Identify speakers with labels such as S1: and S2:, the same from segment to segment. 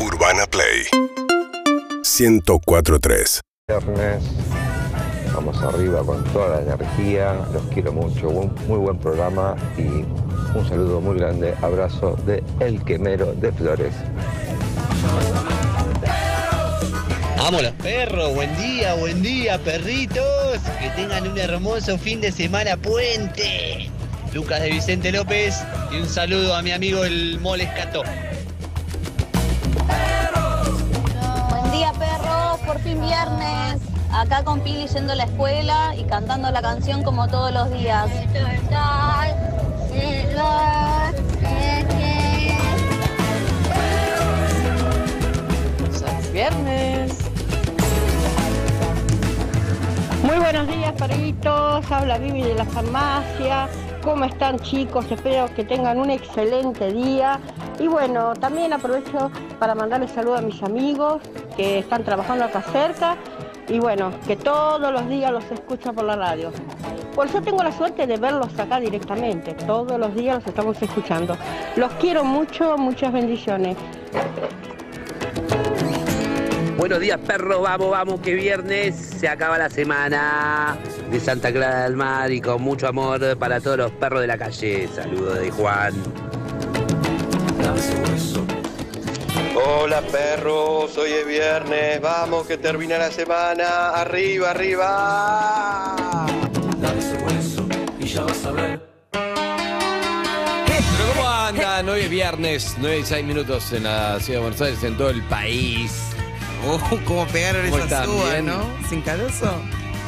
S1: Urbana Play 104.3
S2: viernes. Vamos arriba con toda la energía. Los quiero mucho. Un muy buen programa y un saludo muy grande. Abrazo de El Quemero de Flores.
S3: Amo los perros, buen día, buen día, perritos. Que tengan un hermoso fin de semana puente. Lucas de Vicente López y un saludo a mi amigo el Molescato.
S4: Buen día, perros. Por fin viernes. Acá con Pili yendo a la escuela y cantando la canción como todos los días.
S5: viernes. Muy buenos días, perritos. Habla Vivi de la farmacia. ¿Cómo están, chicos? Espero que tengan un excelente día. Y bueno, también aprovecho para mandarles saludos a mis amigos que están trabajando acá cerca. Y bueno, que todos los días los escucho por la radio. Pues yo tengo la suerte de verlos acá directamente. Todos los días los estamos escuchando. Los quiero mucho, muchas bendiciones.
S6: Buenos días, perros. Vamos, vamos, que viernes se acaba la semana de Santa Clara del Mar y con mucho amor para todos los perros de la calle. Saludos de Juan.
S7: Hola perros, hoy es viernes, vamos que termina la semana, arriba, arriba.
S8: Pero ¿cómo andan? Hoy es viernes, 9 y 6 minutos en la ciudad de Buenos Aires, en todo el país.
S9: Oh, cómo pegaron
S8: ¿Cómo
S9: esa
S8: están?
S9: suba,
S8: ¿Bien? Ah,
S9: ¿no? Sin carozo.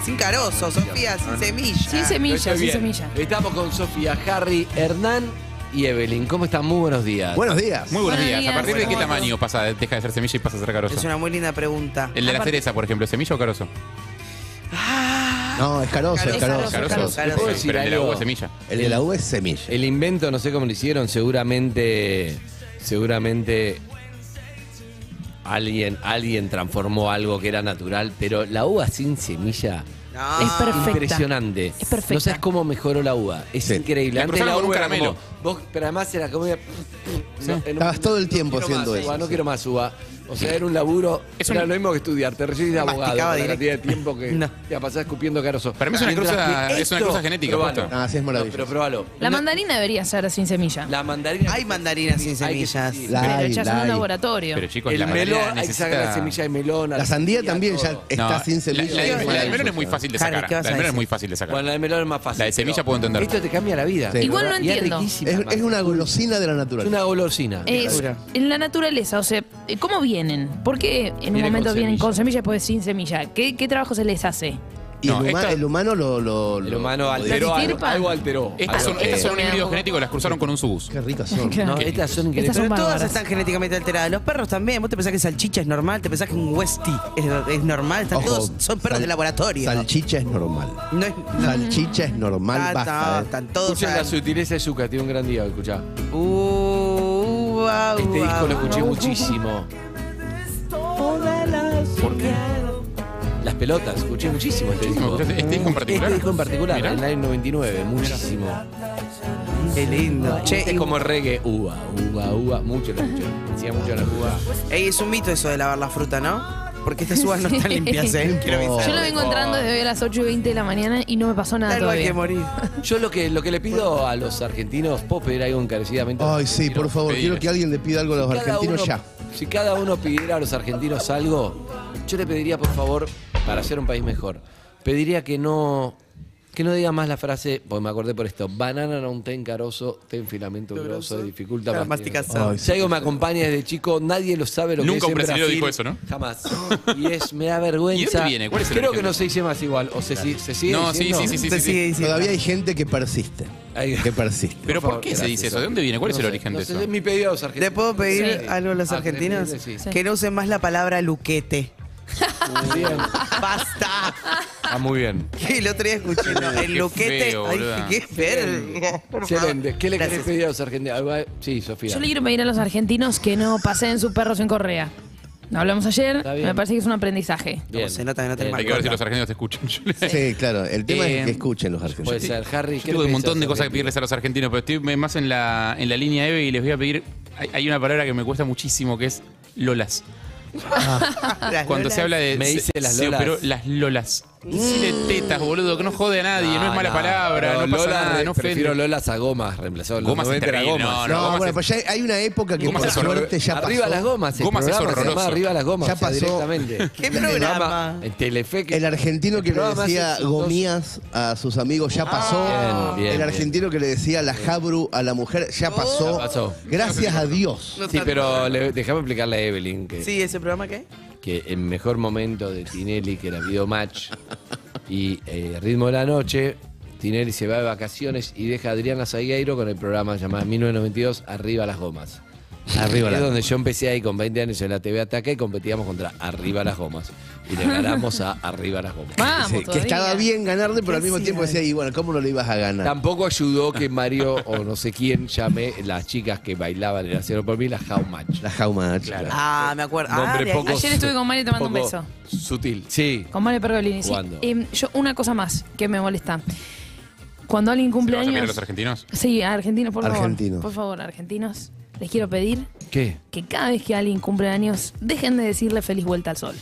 S9: Sin carozo, Sofía, sin semilla.
S10: Sin
S8: Hoy
S10: semilla,
S8: es
S10: sin
S8: viernes.
S10: semilla.
S8: Estamos con Sofía, Harry, Hernán y Evelyn. ¿Cómo están? Muy buenos días.
S11: Buenos días.
S12: Ah, Muy buenos,
S10: Buenos
S12: días.
S10: días.
S12: ¿A partir de qué
S9: Buenos
S12: tamaño pasa, deja de ser semilla y pasa a ser carozo?
S9: Es una muy linda pregunta.
S12: El de la
S10: Aparte-
S12: cereza, por ejemplo, ¿es semilla o carozo?
S11: No, es carozo, es carozo.
S12: Carozo.
S9: Carozo,
S12: Pero-
S9: carozo.
S12: Pero el de la
S8: algo?
S12: uva es semilla.
S11: El de la U es semilla.
S8: El invento, no sé cómo lo hicieron, seguramente. Seguramente. Alguien, alguien transformó algo que era natural, pero la uva sin semilla.
S9: No.
S10: Es perfecta.
S8: Impresionante.
S10: Es perfecta.
S8: No sabes cómo mejoró la uva. Es
S11: Sí.
S8: increíble.
S12: La
S8: Antes la
S12: cruzaron
S8: uva
S12: con un
S8: era
S12: caramelo.
S8: como- vos- pero además era como. No, en un-
S11: Estabas todo el tiempo
S8: quiero
S11: haciendo
S8: más
S11: eso,
S8: uva, no
S11: sí.
S8: quiero más uva. O sea, era un laburo.
S12: Es
S8: era
S12: un-
S8: lo mismo que estudiar. Te recibís de abogado.
S9: Masticaba
S8: para la
S9: directo.
S8: cantidad de tiempo que
S9: No.
S8: te la pasás escupiendo carozo.
S12: Para mí es una
S8: Mientras
S12: cruza-
S8: que
S12: es una
S8: esto-
S12: cruza genética,
S8: probalo.
S12: posta.
S11: Ah, sí, es maravilloso.
S8: pero probalo.
S10: La
S8: No-
S10: mandarina debería ser sin semilla.
S8: la mandarina.
S9: Hay mandarinas sin
S8: Hay que-
S9: semillas.
S8: sí.
S11: La-
S10: pero
S11: Ay,
S10: echas en un
S11: ay.
S10: laboratorio.
S12: Pero chicos,
S8: el
S12: la mandarina
S8: melón, hay que sacar la semilla de melón.
S11: La sandía también ya
S8: todo.
S11: está
S12: No,
S11: sin
S12: La,
S11: semilla.
S12: la- la- la- la del melón es muy
S11: Sí.
S12: fácil de
S9: Harry,
S12: sacar.
S9: ¿qué
S12: La
S9: vas a
S12: del melón es
S9: decir?
S12: muy fácil de sacar.
S8: Bueno, la de melón es más fácil.
S12: La de semilla
S8: pero
S12: puedo entender.
S8: Esto te cambia la vida.
S11: Sí. Igual
S10: no
S8: Y es
S10: entiendo.
S8: riquísima,
S11: Es,
S8: aparte.
S11: es una golosina de la
S8: Es
S11: naturaleza.
S8: una golosina.
S10: Es-
S9: Mira.
S10: en la naturaleza, o sea, eh, ¿cómo vienen? ¿Por qué en un
S12: Vienen
S10: momento
S12: con
S10: vienen
S12: semilla.
S10: con semilla y después sin semilla? ¿Qué, qué trabajo se les hace?
S11: Y
S12: No,
S11: el, huma-
S12: esta-
S11: el humano lo, lo,
S8: El
S11: lo-
S8: humano
S11: lo
S8: alteró
S10: ¿La
S11: modifica.
S8: algo.
S10: estirpa?
S8: Algo alteró.
S12: Estas son,
S8: Algo
S12: estas son
S8: alteró.
S12: un híbrido genético, las cruzaron con un subus.
S11: Qué ricas son.
S10: Claro.
S8: No, estas son
S10: Estas son
S8: increíbles.
S9: Pero todas
S10: bárbaras.
S9: están genéticamente alteradas. Los perros también. Vos te pensás que salchicha es normal, te pensás que un Westie es, es normal. Están
S11: Ojo,
S9: todos, son perros
S11: sal-
S9: de laboratorio.
S11: Salchicha es normal.
S9: no es,
S11: Salchicha es normal,
S9: Ah,
S11: basta.
S9: no,
S11: eh.
S9: están todos.
S8: Escuchen la
S9: al-
S8: sutileza de Zucca, tiene un gran día, escuchá.
S9: Uh, uva,
S8: Este
S9: uva,
S8: disco lo
S9: uva.
S8: escuché muchísimo. ¿Por qué? Las pelotas, escuché muchísimo este disco.
S12: ¿Escuchaste este disco en particular?
S8: Este disco en particular,
S12: Mirá.
S8: el Line 99, muchísimo.
S9: Qué lindo. Che,
S8: Este
S9: y-
S8: es como reggae, uva, uva, uva, mucho lo escuché. Decía mucho la uva.
S9: ey, es un mito eso de lavar la fruta, ¿no? Porque estas uvas no están limpias, ¿eh? Quiero avisar.
S10: Yo lo vengo entrando desde hoy a las 8 y 20 de la mañana y no me pasó nada
S9: Algo hay que
S10: todavía.
S9: morir.
S8: Ah, Yo lo que, lo que le pido a los argentinos, puedo pedir algo encarecidamente.
S11: Ay, sí, por favor,
S12: pedir.
S11: quiero que alguien le pida algo a los
S8: Cada
S11: argentinos
S8: uno-
S11: ya.
S8: Si cada uno pidiera a los argentinos algo, yo le pediría, por favor, para ser un país mejor, pediría que no. Que no diga más la frase, porque me acordé por esto, banana no ten carozo, ten filamento grosso, dificulta
S9: La
S8: masticar.
S9: masticación.
S11: Ay,
S8: Si algo me acompaña desde chico, nadie lo sabe lo
S12: Nunca
S8: que es
S12: un
S8: en
S12: brasileño
S8: Brasil.
S12: dijo eso, ¿no?
S8: Jamás. Y es, me da vergüenza.
S12: ¿Y dónde viene? ¿Cuál es el
S8: Creo
S12: origen
S8: que no
S12: de-
S8: se dice más igual, o se, si- se sigue
S12: No, sí,
S8: diciendo.
S12: sí, sí, sí,
S9: Se
S12: sí,
S9: sigue
S12: sí.
S9: diciendo.
S11: Todavía hay gente que persiste.
S8: Ay,
S11: Que persiste.
S12: Pero
S8: por
S12: ¿por qué
S8: favor,
S12: se dice
S8: gracias,
S12: eso? ¿De dónde viene? ¿Cuál es
S8: No
S12: el
S8: sé,
S12: origen
S8: no
S12: de
S8: sé,
S12: eso?
S8: es mi pedido a los
S9: ¿Le
S8: argentinos.
S9: puedo pedir
S10: Sí.
S9: algo a los
S8: Ah,
S9: argentinos?
S8: pedirle, sí.
S10: Sí.
S9: Que no usen más la palabra luquete.
S8: Bien.
S9: ¡Basta!
S8: Ah, muy bien.
S9: Que el otro día escuché ¿no? el
S12: Qué
S9: luquete.
S12: feo,
S9: Ay,
S12: boluda.
S9: qué verga. Por favor.
S8: Excelente. ¿Qué le querés
S9: Gracias.
S8: pedir a los argentinos? Algo- Sí, Sofía.
S10: Yo le quiero pedir a los argentinos que no paseen sus perros en Correa. Lo hablamos ayer,
S8: Está bien.
S10: me parece que es un aprendizaje.
S8: Bien.
S9: Se nota que no tenés
S8: Bien.
S12: Eh, Hay que ver si los argentinos te escuchan. Yo le-
S11: Sí, claro. El tema
S12: Eh,
S11: es que escuchen los argentinos.
S8: Puede ser, Harry.
S12: Yo
S8: ¿qué
S12: tengo
S8: le
S12: un
S8: pensás,
S12: montón de cosas que
S8: Argentina?
S12: pedirles a los argentinos, pero estoy más en la, en la línea Eve y les voy a pedir. Hay, hay una palabra que me cuesta muchísimo que es Lolas.
S9: Ah.
S13: Las
S12: Cuando
S13: lolas.
S12: se habla de.
S8: Me
S12: se-
S8: dice las
S12: se
S8: lolas.
S12: operó las lolas. Ah, Dile tetas, boludo, que no jode a nadie, no, es mala palabra, no, pasa
S8: Lola,
S12: nada,
S8: re-
S12: no
S8: Prefiero
S12: ofende.
S8: Lolas a gomas, reemplazó
S12: Gomas
S8: los
S12: es
S8: 90 era
S12: terrible,
S8: gomas.
S12: No,
S11: No,
S12: gomas
S11: bueno,
S12: es-
S11: pues ya hay- hay una época que
S12: Gomas
S11: por
S12: es horror-
S11: suerte ya pasó.
S8: Arriba las gomas, el
S12: Gomas es
S8: programa se
S12: horroroso.
S8: llamaba Arriba las gomas,
S11: Ya pasó.
S8: directamente.
S13: ¿Qué
S8: El
S13: programa?
S8: En Telefe que
S11: El argentino que
S8: El
S11: le
S8: programa
S11: decía
S8: es exitoso.
S11: gomías a sus amigos ya pasó.
S8: Bien, bien,
S11: el
S8: bien.
S11: argentino que le decía la jabru a la mujer ya pasó.
S8: Ya pasó.
S11: Gracias a Dios.
S13: No
S8: Sí,
S13: tanto.
S8: pero le- déjame explicarle a Evelyn que,
S13: Sí, ese programa qué?
S8: que el mejor momento de Tinelli, que era Video Match, y eh, Ritmo de la Noche, Tinelli se va de vacaciones y deja a Adriana Zagueiro con el programa llamado 1992 Arriba las Gomas. Arriba es donde yo empecé ahí con 20 años en la TV Ataque y competíamos contra Arriba las Gomas. Y le ganamos a Arriba las Gomas.
S10: Vamos,
S11: Sí, que
S10: todavía.
S11: estaba bien ganarle, pero al
S13: ¿Qué
S11: mismo
S13: hacían?
S11: tiempo decía, y bueno, ¿cómo no le ibas a ganar?
S8: Tampoco ayudó que Mario o no sé quién llamé las chicas que bailaban en Acero por mí las How Match.
S11: La jauma. Claro.
S13: Ah, me acuerdo. Ah,
S8: Nombre
S13: de ahí.
S8: poco
S10: Ayer estuve
S8: su-
S10: con Mario tomando un
S8: poco Sutil, sí.
S10: Con Mario Pergolini, sí.
S8: ¿Cuándo?
S10: Em, yo, una cosa más que me molesta. Cuando alguien
S12: ¿Se
S10: cumple
S12: lo vas a pedir a
S10: años.
S12: los argentinos?
S10: Sí, a argentinos, por favor.
S11: Argentinos.
S10: Por favor, argentinos. Les quiero pedir
S8: ¿Qué?
S10: que cada vez que alguien cumple años, dejen de decirle feliz vuelta al sol.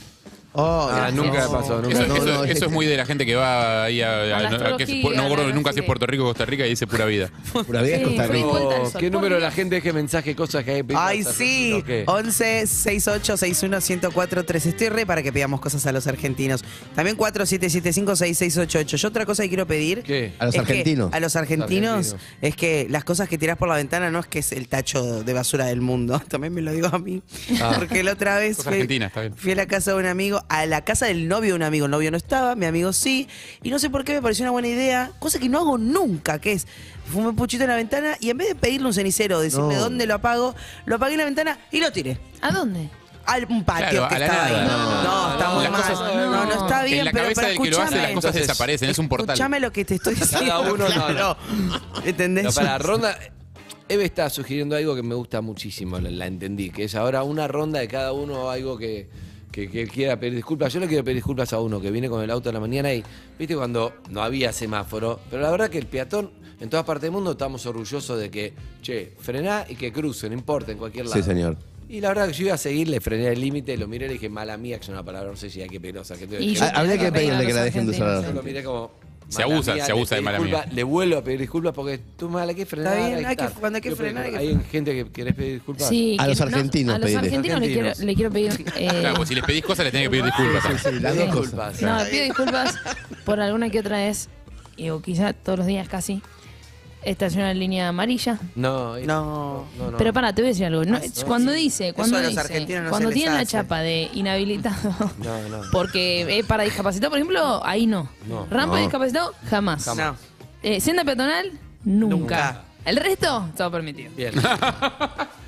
S11: Oh,
S8: Ah,
S11: gracias.
S8: nunca me pasó, nunca.
S12: Eso,
S11: No,
S12: eso-
S11: no,
S12: eso es muy de la gente que va ahí a. a-
S10: A la
S12: no, a que es-
S10: astrología,
S12: no me acuerdo
S10: la
S12: nunca si es
S10: astrología.
S12: Puerto Rico o Costa Rica y dice pura vida.
S11: Pura vida es
S10: Sí,
S11: Costa
S10: feliz
S11: Rica.
S10: vuelta al sol.
S8: Oh, ¿Qué
S10: Por
S8: número de
S10: Dios.
S8: la gente deje mensaje, cosas que hay pedido
S13: Ay,
S8: hasta
S13: sí.
S8: argentino, ¿qué?
S13: 11 68 61 104 3. Estoy re para que pidamos cosas a los argentinos. También 4775 6688. Yo otra cosa que quiero pedir.
S8: ¿Qué?
S11: A los
S13: es que
S11: argentinos.
S13: a los argentinos,
S8: Argentinos.
S13: es que las cosas que tirás por la ventana no es que es el tacho de basura del mundo. También me lo digo a mí.
S8: Ah.
S13: Porque la otra vez
S12: Cosa
S13: fui,
S12: argentina, está bien.
S13: fui a la casa de un amigo, a la casa del novio de un amigo. El novio no estaba, mi amigo sí. Y no sé por qué me pareció una buena idea. Cosa que no hago nunca, que es fumé un puchito en la ventana y en vez de pedirle un cenicero, decirme
S11: No.
S13: dónde lo apago, lo apagué en la ventana y lo tiré.
S10: ¿A dónde?
S13: Al un patio
S12: Claro,
S13: que
S12: a la
S13: estaba
S12: nada.
S13: ahí. No,
S12: No,
S8: no,
S13: está muy
S12: las
S13: mal.
S12: cosas-
S13: no, no,
S10: no.
S13: está bien,
S12: en la
S13: pero,
S12: cabeza
S13: pero
S12: del que lo hace, las
S13: escúchame.
S12: cosas
S8: Entonces,
S12: desaparecen. Es un portal.
S13: Escuchame lo que te estoy diciendo.
S8: uno, no,
S13: claro. ¿Entendés?
S8: No, para ronda. Eve está sugiriendo algo que me gusta muchísimo, la, la entendí, que es ahora una ronda de cada uno, algo que, que, que quiera pedir disculpas. Yo le quiero pedir disculpas a uno que viene con el auto a la mañana y, viste, cuando no había semáforo, pero la verdad que el peatón, en todas partes del mundo estamos orgullosos de que, che, frená y que cruce, no importa, en cualquier lado.
S11: Sí, señor.
S8: Y la verdad que yo iba a seguir, le frené el límite, lo miré y le dije, mala mía, que es una palabra, no sé si hay que pedirlo a Sargento.
S10: Y
S8: Yo
S10: yo
S11: Ah, habría
S10: creo
S11: que pedirle que la dejen de usar a la
S8: lo
S10: argentinos,
S11: gente.
S8: miré como...
S12: Se
S8: mala
S12: abusa, se
S8: le
S12: abusa de
S8: pedí
S12: mala
S8: disculpas,
S12: mía.
S8: Le vuelvo a pedir disculpas porque tú mala, hay que frenar.
S13: bien,
S8: ahí
S13: hay que-
S8: está.
S13: cuando hay que
S8: Yo creo
S13: frenar, hay que
S8: Hay
S13: frenar.
S8: gente que querés pedir disculpas.
S10: Sí,
S11: A
S10: que
S11: los
S10: no-
S11: argentinos
S10: a los
S11: pedirle.
S10: argentinos le quiero, le quiero pedir. eh,
S12: Claro, pues si les pedís cosas, les tenés que pedir disculpas.
S11: Sí, sí, las dos cosas.
S8: Disculpas.
S10: No, pido disculpas por alguna que otra vez, y- o quizá todos los días casi, estacionar en línea amarilla.
S8: No, eh,
S13: No.
S8: no, no.
S10: Pero para, te voy a decir algo. No, es- cuando dice, cuando
S13: a los
S10: dice,
S13: argentinos no
S10: cuando
S13: se les
S10: tienen la
S13: hace.
S10: chapa de inhabilitado,
S8: No, no.
S10: porque es para discapacitado, por ejemplo, ahí no.
S8: No.
S10: Rampa de discapacitado, jamás.
S13: No.
S10: Eh, senda peatonal, nunca. El resto, todo permitido.
S8: Bien.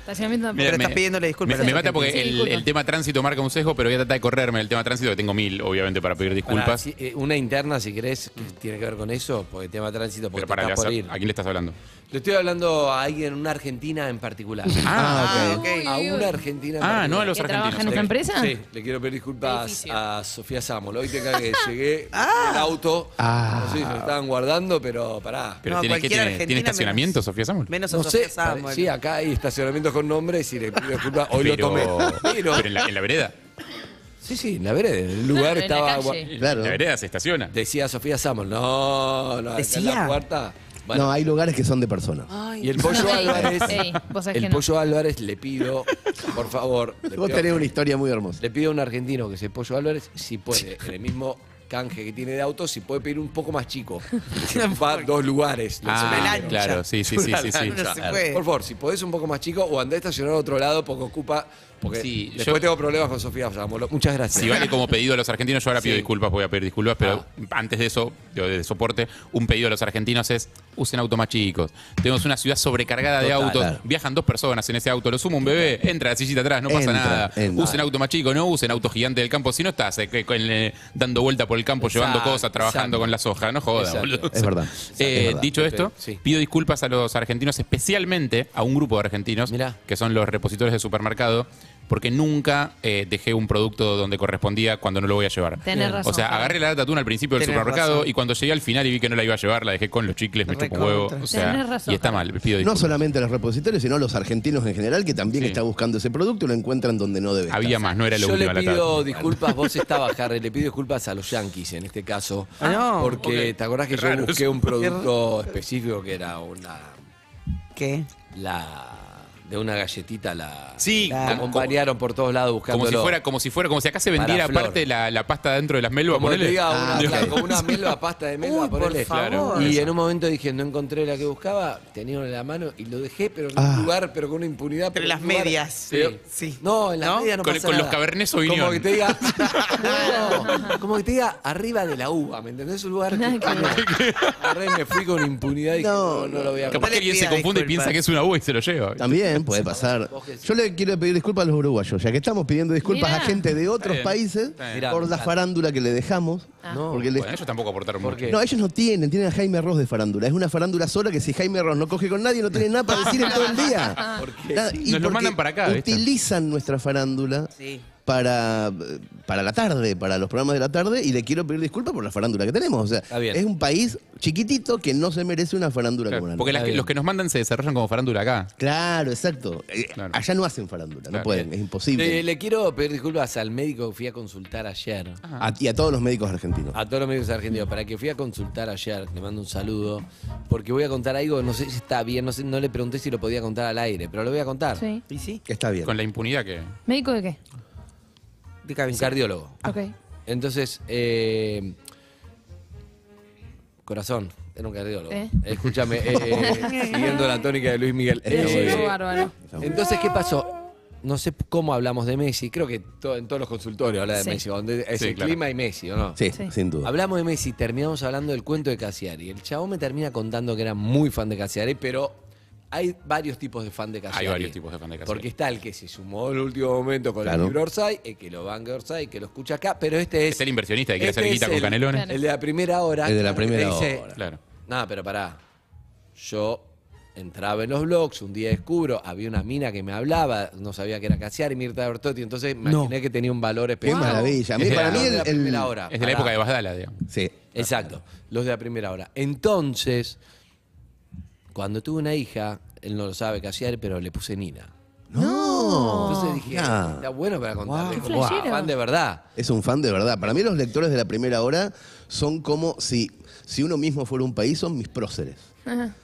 S10: Estacionamiento
S12: Mira,
S13: Pero estás pidiéndole disculpas
S12: Me,
S13: a
S12: me
S13: la
S12: mata porque
S10: gente. Sí,
S12: el,
S10: disculpas.
S12: el tema tránsito marca un sesgo, pero voy a tratar de correrme el tema tránsito, que tengo mil, obviamente, para pedir disculpas.
S8: Para, si- eh, una interna, si querés, que tiene que ver con eso, porque tema tránsito, porque
S12: pero
S8: te
S12: para,
S8: está
S12: ¿a
S8: por ir.
S12: quién le estás hablando?
S8: Le estoy hablando a alguien, una argentina en particular.
S11: Ah, ok.
S8: A una argentina en
S12: Ah,
S8: particular.
S12: no a los
S10: ¿Que trabaja en
S12: argentinos.
S10: esta empresa?
S12: ok.
S8: Sí, le quiero pedir disculpas
S10: Edificio.
S8: a Sofía Samol. Hoy tenga que llegué en el auto.
S11: Ah.
S8: No sé si me estaban guardando, pero pará.
S12: Pero
S13: No,
S12: tiene, ¿qué
S13: cualquier
S12: tiene,
S13: argentina
S12: ¿tiene estacionamiento,
S13: menos-
S12: Sofía Samuel?
S13: Menos a
S8: No
S13: Sofía
S8: sé,
S13: Samuel.
S8: pare- sí, acá hay estacionamientos con nombres y le pido disculpas. Hoy
S12: pero,
S8: lo tomé. Pero,
S12: pero en, la, en la vereda.
S8: sí, sí, en la vereda, en el lugar
S10: Claro, en la
S8: estaba.
S10: calle.
S8: gua-
S11: Claro.
S12: En la vereda se estaciona.
S8: Decía Sofía Samol, no, no, acá en
S13: ¿Decía?
S8: la cuarta. Bueno,
S11: No, hay lugares que son de personas.
S8: y el pollo
S10: No, ey,
S8: Álvarez,
S10: ey, vos sabés
S8: el
S10: que no.
S8: pollo Álvarez le pido, por favor, le
S11: Vos
S8: pido-
S11: tenés una historia muy hermosa.
S8: Le pido a un argentino que se Pollo Álvarez, si puede, en el mismo canje que tiene de auto, si puede pedir un poco más chico. Va a dos lugares. no sé,
S12: Ah,
S13: lancha.
S12: claro, sí, sí, sí, sí. sí.
S13: No se puede.
S8: Por favor, si podés un poco más chico o andá a estacionar a otro lado porque ocupa. Porque
S12: Sí,
S8: después
S12: yo-
S8: tengo problemas con Sofía Zamolo. Muchas gracias.
S12: Si vale como pedido a los argentinos, yo ahora pido
S8: Sí.
S12: disculpas, voy a pedir disculpas, pero antes de eso, digo, de soporte, un pedido a los argentinos es usen autos más chicos. Tenemos una ciudad sobrecargada de
S8: Total,
S12: autos,
S8: claro.
S12: viajan dos personas en ese auto, lo suma un bebé, entra la sillita atrás, no pasa
S11: Entra,
S12: nada.
S11: entra.
S12: Usen autos más chicos, no usen autos gigantes del campo, si no estás eh, que- con, eh, dando vuelta por el campo,
S8: Exacto,
S12: llevando cosas, trabajando
S8: exacto.
S12: con las hojas, no jodas,
S8: Exacto.
S12: boludo.
S11: Es verdad.
S12: Eh,
S11: Es verdad.
S12: Dicho esto,
S8: Sí.
S12: pido disculpas a los argentinos, especialmente a un grupo de argentinos,
S8: Mirá.
S12: que son los repositores de supermercado, porque nunca eh, dejé un producto donde correspondía cuando no lo voy a llevar.
S10: Tenés Bien. razón,
S12: O sea,
S10: Fabi.
S12: agarré la lata atún al principio del
S10: Tenés
S12: supermercado
S10: razón.
S12: y cuando llegué al final y vi que no la iba a llevar, la dejé con los chicles, me chupó un huevo.
S11: Recontra.
S12: O sea,
S11: Tenés razón,
S12: y está mal, pido
S11: No
S12: disculpas.
S11: solamente los repositorios, sino los argentinos en general, que también está buscando ese producto y lo encuentran donde no debe.
S12: Había más, no era la
S11: lo
S8: Yo
S11: último
S8: le pido disculpas, vos estabas, Harry, le pido disculpas a los Yankees en este caso.
S11: Ah, no.
S8: Porque
S11: Ok.
S8: te acordás que yo
S11: Raros.
S8: busqué un producto específico que era una.
S13: ¿Qué?
S8: La. De una galletita la.
S12: Sí,
S8: la
S12: como-
S8: acompañaron por todos lados buscando.
S12: Como si fuera, como si fuera, como si acá se
S8: Para
S12: vendiera
S8: Flor.
S12: aparte la, la pasta dentro de las melvas.
S8: Como
S12: ponele.
S8: le diga una,
S12: Ah,
S8: claro,
S12: ok.
S8: como una melva, pasta de melva,
S12: Uy, por
S8: ponele.
S12: favor.
S8: Y en un momento dije, no encontré la que buscaba, tenía una en la mano y lo dejé, pero en
S11: Ah.
S8: un lugar, pero con una impunidad. Entre
S9: las medias.
S8: Sí. No, en las medias no
S12: Con-
S8: pasa
S12: con los
S8: nada.
S12: Cabernet
S8: Como
S12: Sauvignon.
S8: que te diga, no, como que te diga, arriba de la uva, ¿me entendés? Un lugar que, Agarré y me fui con impunidad y dije, no, no lo voy a
S12: Capaz que alguien se confunde y piensa que es una uva y se lo lleva.
S11: También puede pasar. Yo le quiero pedir disculpas a los uruguayos, ya que estamos pidiendo disculpas
S12: Mirá.
S11: a gente de otros
S12: Está bien,
S11: países
S12: está bien.
S11: por la
S12: Mirá.
S11: farándula que le dejamos.
S12: No,
S11: porque les-
S12: bueno, ellos tampoco aportaron mucho.
S11: No, ellos no tienen, tienen a Jaime Ross de farándula. Es una farándula sola que si Jaime Ross no coge con nadie, no tiene nada para decir en todo el día. Nada,
S12: Nos lo
S11: porque
S12: mandan para acá, ¿viste?
S11: Utilizan nuestra farándula para, para la tarde, para los programas de la tarde, y le quiero pedir disculpas por la farándula que tenemos. O sea,
S12: bien.
S11: es un país chiquitito que no se merece una farándula
S12: Claro,
S11: como la
S12: porque las
S11: nuestra.
S12: que- los que nos mandan se desarrollan como farándula acá.
S11: Claro, exacto. Eh, Allá no hacen farándula,
S12: Claro.
S11: no pueden, es imposible.
S8: Eh, Le, le quiero pedir disculpas al médico que fui a consultar ayer.
S12: Ah.
S11: A- y a todos los médicos argentinos.
S8: A todos los médicos argentinos, para que fui a consultar ayer, te mando un saludo, porque voy a contar algo, no sé si está bien, no, sé, no le pregunté si lo podía contar al aire, pero lo voy a contar.
S10: Sí.
S11: ¿Y sí? Está bien.
S12: Con la impunidad que.
S10: ¿Médico de qué?
S8: Un cardiólogo.
S10: Ok.
S8: Entonces, eh, corazón, era un cardiólogo.
S10: ¿Eh?
S8: Escúchame, eh, siguiendo la tónica de Luis Miguel.
S10: Lo
S8: Eh,
S10: llevo bárbaro.
S8: entonces, ¿qué pasó? No sé cómo hablamos de Messi, creo que to- en todos los consultorios habla de
S10: Sí.
S8: Messi, donde es
S11: Sí,
S8: el
S11: claro.
S8: clima y Messi, ¿o no?
S11: Sí, sin duda.
S8: Hablamos de Messi, terminamos hablando del cuento de Cassiari. El chabón me termina contando que era muy fan de Cassiari, pero hay varios tipos de fan de Cassiari.
S12: Hay varios tipos de fan de Cassiari.
S8: Porque está el que se sumó en el último momento con
S12: Claro.
S8: el libro Orsay, el que lo banca Orsay, que lo escucha acá, pero este es...
S12: Es el inversionista que quiere
S8: este
S12: hacer
S8: es
S12: guita con
S8: el-
S12: canelones.
S8: El de la primera hora.
S11: El de la
S8: que te
S11: primera
S8: dice,
S11: hora.
S12: Claro.
S8: Nada, pero pará. Yo entraba en los blogs, un día descubro, había una mina que me hablaba, no sabía que era Casiar y Mirta Bertotti, entonces me imaginé que tenía un valor especial.
S11: Qué maravilla. A mí-
S8: Es de
S11: para
S8: la-
S11: mí
S8: de la
S11: el- el-
S8: primera hora.
S12: Es de la
S8: Pará.
S12: época de Basdala, digamos.
S11: Sí.
S8: Exacto, los de la primera hora. Entonces, cuando tuve una hija, él no lo sabe Casiar, pero le puse Nina.
S11: No.
S8: Entonces dije,
S11: Ah.
S8: está bueno para contarle.
S11: Qué
S8: como
S11: flashero.
S8: fan de verdad.
S11: Es un fan de verdad. Para mí los lectores de la primera hora son como si, si uno mismo fuera un país, son mis próceres.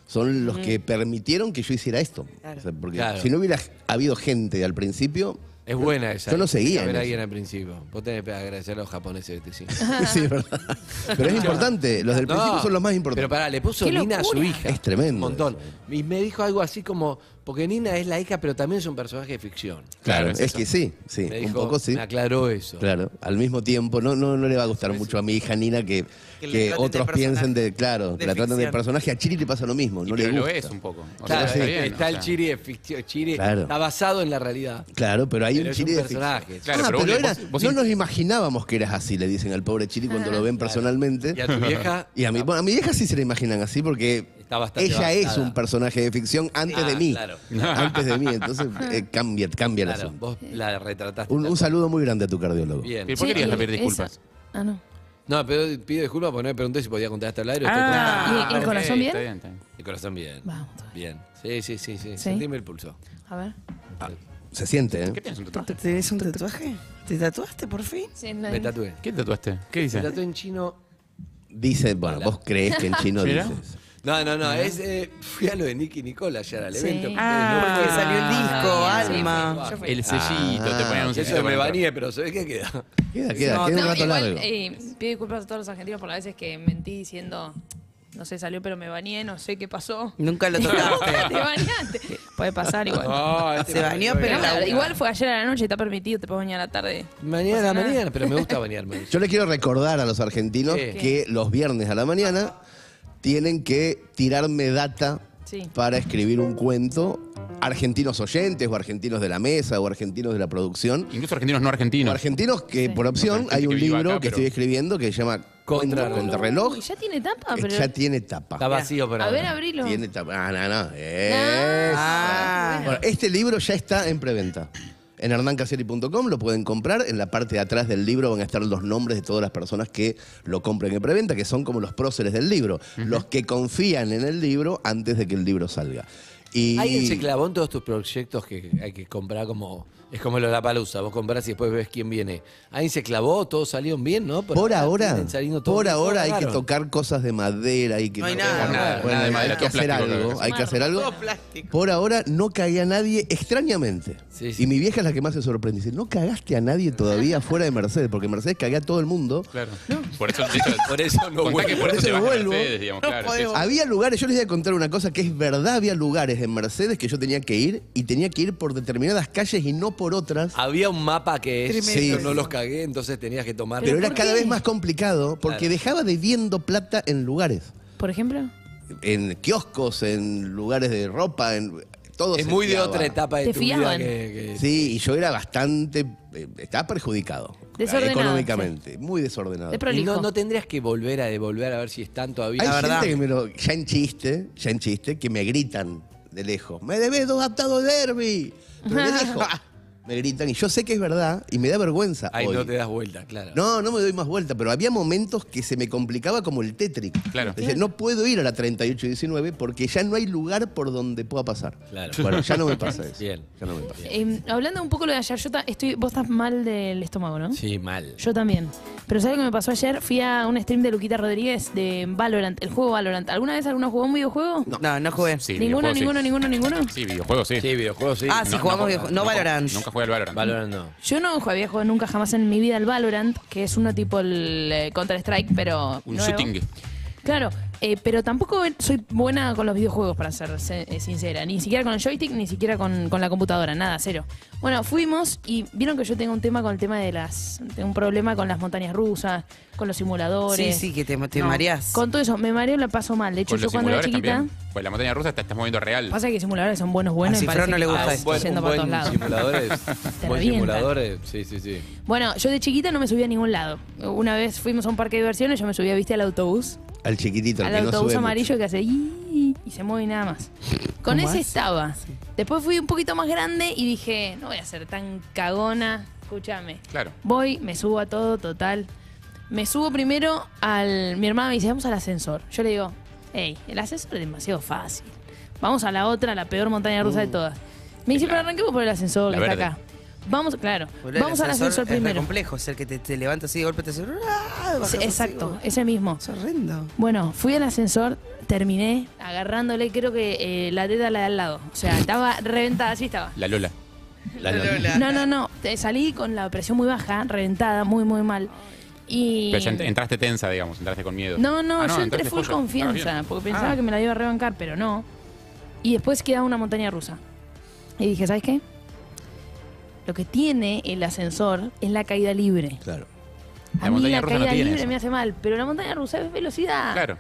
S11: Son los
S10: Mm.
S11: que permitieron que yo hiciera esto.
S10: Claro.
S11: O sea, porque
S8: Claro.
S11: si no hubiera habido gente al principio...
S8: Es buena esa.
S11: Yo no seguía.
S8: Ver
S11: en
S8: alguien
S11: eso.
S8: al principio. Vos tenés que agradecer a los japoneses que te siguen.
S11: Sí, es verdad. Pero es importante. Los del
S8: No,
S11: principio son los más importantes.
S8: Pero pará, le puso
S11: Qué
S8: Nina a su
S11: locura.
S8: hija.
S11: Es tremendo eh.
S8: Un montón. Y me dijo algo así como, porque Nina es la hija, pero también es un personaje de ficción.
S11: Claro, es, que sí, sí,
S8: Me
S11: un
S8: dijo,
S11: poco sí.
S8: me aclaró eso.
S11: Claro, al mismo tiempo, no, no, no le va a gustar mucho a mi hija Nina que,
S8: Que
S11: que,
S8: la traten de
S11: otros
S8: personaje,
S11: piensen de, claro, que la tratan de
S8: ficción.
S11: personaje. A Chiri le pasa lo mismo, no le
S12: pero
S11: gusta.
S12: lo es un poco. O
S8: Claro,
S11: sea, sí.
S8: está,
S11: bien,
S8: está
S11: o
S8: el
S11: sea.
S8: Chiri de ficción. Chiri
S11: Claro.
S8: está basado en la realidad.
S11: Claro, pero hay
S8: Pero
S11: un
S8: es
S11: Chiri
S8: un
S11: de ficción.
S8: personaje. Claro,
S11: Ah,
S8: pero
S11: pero,
S8: vos le-
S11: era-
S8: vos- vos
S11: no
S8: in-
S11: nos imaginábamos que eras así, le dicen al pobre Chiri cuando lo ven personalmente.
S8: ¿Y a tu vieja?
S11: Y a mi, bueno, a mi vieja sí se la imaginan así porque
S8: Está bastante
S11: ella es
S8: bastada.
S11: un personaje de ficción antes
S8: Ah,
S11: de mí.
S8: claro.
S11: Antes de mí, entonces eh, cambia, cambia el
S8: Claro,
S11: asunto.
S8: vos la retrataste.
S11: Un, un saludo muy grande a tu cardiólogo.
S8: Bien.
S12: ¿Por qué querías pedir disculpas?
S10: Ah, no.
S8: No, pero pido disculpas porque no me pregunté si podía contar hasta el aire. o
S10: Ah,
S8: estoy
S10: ¿y el
S8: contando.
S10: corazón
S8: Ok,
S10: bien?
S8: está El corazón bien.
S10: Vamos,
S8: Bien. Sí, sí, sí, sí.
S10: ¿Sí?
S8: Sentime el pulso.
S10: A ver.
S12: Ah.
S11: Se siente, ¿eh?
S9: ¿Tenés un tatuaje? ¿Te tatuaste por fin?
S10: Sí,
S11: Me tatué.
S12: ¿Qué tatuaste? este? ¿Qué
S8: Me
S12: dice?
S8: tatué en chino.
S11: Dice, bueno, vos crees que en chino
S12: Mira.
S11: dices.
S8: No, no, no. Es, eh, fui a lo de Nicky Nicola ayer al
S9: Sí.
S8: evento.
S9: Ah, porque salió el disco,
S8: Ah,
S9: Alma.
S8: sí, fui.
S12: El sellito, te ponían un
S8: Eso
S12: sellito
S8: me
S12: adentro.
S8: bañé, pero ¿sabés qué queda?
S11: Queda,
S10: No, no, igual, eh, pido disculpas a todos los argentinos por las veces que mentí diciendo, no sé, salió pero me bañé, no sé qué pasó.
S9: Nunca lo tocaste.
S10: Te bañaste. Puede pasar igual.
S8: este
S9: Se bañó, pero en la boca.
S10: igual fue ayer a la noche, está permitido, te puedes bañar a la tarde.
S8: Mañana, mañana, pero me gusta bañarme.
S11: Yo les quiero recordar a los argentinos
S8: ¿Qué?
S11: que los viernes a la mañana tienen que tirarme data
S10: Sí.
S11: para escribir un cuento. Argentinos oyentes, o argentinos de la mesa, o argentinos de la producción.
S12: Incluso argentinos no argentinos.
S11: O argentinos que, por opción,
S12: Gente
S11: hay un
S12: que viva
S11: libro
S12: acá,
S11: que
S12: pero-
S11: estoy escribiendo que se llama Contra, reloj.
S10: Uy, ya tiene tapa,
S11: que
S10: pero.
S11: ya tiene tapa.
S8: Está vacío, pero.
S10: A ver, abrilo.
S11: eh.
S8: Ah.
S11: Tiene tapa. Ah, no, no. Eso. Bueno, este libro ya está en preventa. En hernancasieri.com lo pueden comprar. En la parte de atrás del libro van a estar los nombres de todas las personas que lo compren en preventa, que son como los próceres del libro, los que confían en el libro antes de que el libro salga. Y
S8: ¿Alguien se clavó en todos tus proyectos que hay que comprar como... Es como lo de la palusa, vos compras y después ves quién viene. ¿Alguien se clavó? ¿Todos salieron bien, no?
S11: por ahora,
S8: vienen saliendo todos
S11: por
S8: bien,
S11: ahora
S8: todos
S11: hay que
S8: cagaron.
S11: tocar cosas de madera, hay que
S8: No hay
S11: tocar-
S8: nada. Nada,
S11: bueno,
S8: nada de madera,
S11: hay que
S8: todo
S11: hacer
S8: plástico, creo
S11: algo,
S8: que
S11: hay
S8: es.
S11: que hacer algo.
S8: Todo
S11: Por ahora no cagué a nadie, extrañamente.
S8: Sí,
S11: Y mi vieja es la que más se sorprende. Dice, no cagaste a nadie todavía fuera de Mercedes, porque Mercedes cagué a todo el mundo.
S12: Claro. Por eso, de hecho,
S8: Por eso no
S12: contá
S11: vuelvo.
S12: que por
S11: Por
S12: eso
S11: eso
S12: te
S11: no
S12: vas a
S11: vuelvo.
S12: Mercedes, digamos, claro. sí, sí.
S11: Había lugares, yo les voy a contar una cosa que es verdad, había lugares en Mercedes que yo tenía que ir y tenía que ir por determinadas calles y no por otras.
S8: Había un mapa que es,
S11: Tremendo.
S8: yo no los cagué, entonces tenías que tomar.
S11: Pero era cada vez más complicado porque
S8: Claro.
S11: dejaba debiendo plata en lugares.
S10: Por ejemplo,
S11: En kioscos, en lugares de ropa, en todo.
S8: Es
S11: se
S8: muy de
S11: fiaba.
S8: otra etapa de
S10: Te tu vida fiaban.
S8: que-
S11: Sí, y yo era bastante. eh, estaba perjudicado.
S10: Desordenado,
S11: Económicamente. Muy desordenado.
S10: De prolijo.
S8: Y no, no tendrías que volver a devolver a ver si están todavía.
S11: Hay gente que me lo. Ya en chiste, ya en chiste, que me gritan de lejos. Me debes dos atados de derby. Pero de lejos. Me gritan y yo sé que es verdad y me da vergüenza.
S8: Ahí
S11: hoy.
S8: no te das vuelta, claro.
S11: No, no me doy más vuelta, pero había momentos que se me complicaba como el Tetris.
S12: Claro.
S11: Decía, no puedo ir a la 3819 porque ya no hay lugar por donde pueda pasar.
S8: Claro.
S11: Bueno, ya no me pasa eso.
S8: Bien.
S11: Ya no me pasa.
S10: eh, hablando un poco de lo de ayer, yo ta- estoy, vos estás mal del estómago, ¿no?
S8: Sí, mal.
S10: Yo también. Pero ¿sabes lo que me pasó ayer? Fui a un stream de Luquita Rodríguez de Valorant, el juego Valorant. ¿Alguna vez alguno jugó un videojuego?
S13: No, no jugué.
S12: Sí,
S10: ninguno,
S12: videojuegos, sí.
S10: ninguno, ninguno, ninguno.
S12: Sí, videojuegos, sí.
S8: Sí, videojuegos, sí.
S13: Ah, sí, jugamos videojuegos. No Valorant.
S12: Nunca jugué al Valorant.
S8: Valorant no.
S10: Yo no ju- había jugado nunca jamás en mi vida al Valorant, que es uno tipo el eh, Counter-Strike, pero.
S12: Un
S10: nuevo.
S12: shooting.
S10: Claro, eh, pero tampoco soy buena con los videojuegos, para ser se- eh, sincera. Ni siquiera con el joystick, ni siquiera con, con la computadora, nada, cero. Bueno, fuimos y vieron que yo tengo un tema con el tema de las. Tengo un problema con las montañas rusas, con los
S13: Sí,
S10: simuladores.
S13: sí, que te, te
S10: No,
S13: mareás.
S10: Con todo eso, me mareo y la paso mal. De hecho,
S12: Con
S10: yo
S12: los
S10: cuando era
S12: simuladores
S10: chiquita.
S12: también. Pues la montaña rusa te estás moviendo real.
S10: Pasa que simuladores son buenos, buenos.
S13: A
S10: y
S13: Cifrón
S10: parece
S13: no le
S10: que
S13: gusta
S10: vas
S13: eso.
S8: Buen,
S10: yendo
S8: un
S10: para
S8: buen
S10: todos lados.
S8: simuladores.
S10: Te
S8: buen
S10: revienta.
S8: simuladores. Sí, sí, sí.
S10: Bueno, yo de chiquita no me subía a ningún lado. Una vez fuimos a un parque de diversiones, yo me subía, viste, al autobús.
S11: Al chiquitito, al
S10: al
S11: que no
S10: autobús
S11: sube
S10: amarillo que hace "Yi", y se mueve y nada más. Con
S13: ¿Cómo
S10: ese
S13: hace?
S10: estaba. Después fui un poquito más grande y dije, no voy a ser tan cagona, escúchame.
S12: Claro.
S10: Voy, me subo a todo, total. Me subo primero al... Mi hermana me dice, vamos al ascensor. Yo le digo, hey, el ascensor es demasiado fácil. Vamos a la otra, la peor montaña rusa
S13: Mm.
S10: de todas. Me dice, pero arranquemos por el ascensor
S12: La
S10: que
S12: verde.
S10: está acá. Vamos, claro.
S13: Boludo,
S10: vamos al ascensor
S13: es re
S10: primero.
S13: complejo, es el que te, te levanta así de golpe te hace... "Ah", bajas
S10: Sí,
S13: así,
S10: exacto,
S13: boludo.
S10: ese mismo.
S13: Es horrendo.
S10: Bueno, fui al ascensor, terminé agarrándole, creo que eh, la teta a la de al lado. O sea, estaba reventada, así estaba.
S12: La Lola.
S11: mucho. La lona.
S10: No, no, no. te- Salí con la presión muy baja, reventada, muy, muy mal. Y.
S12: Pero ya ent- entraste tensa, digamos, entraste con miedo.
S10: No, no,
S12: Ah,
S10: yo entré
S12: entraste
S10: full
S12: joya. Está
S10: confianza,
S12: bien.
S10: porque pensaba
S12: Ah.
S10: que me la iba a rebancar, pero no. Y después quedaba una montaña rusa. Y dije, ¿sabes qué? Lo que tiene el ascensor es la caída libre.
S11: Claro.
S12: La
S10: a mí
S12: montaña
S10: la
S12: rusa no
S10: caída
S12: tiene
S10: libre
S12: eso.
S10: me hace mal, pero la montaña rusa es velocidad.
S12: Claro. Mm.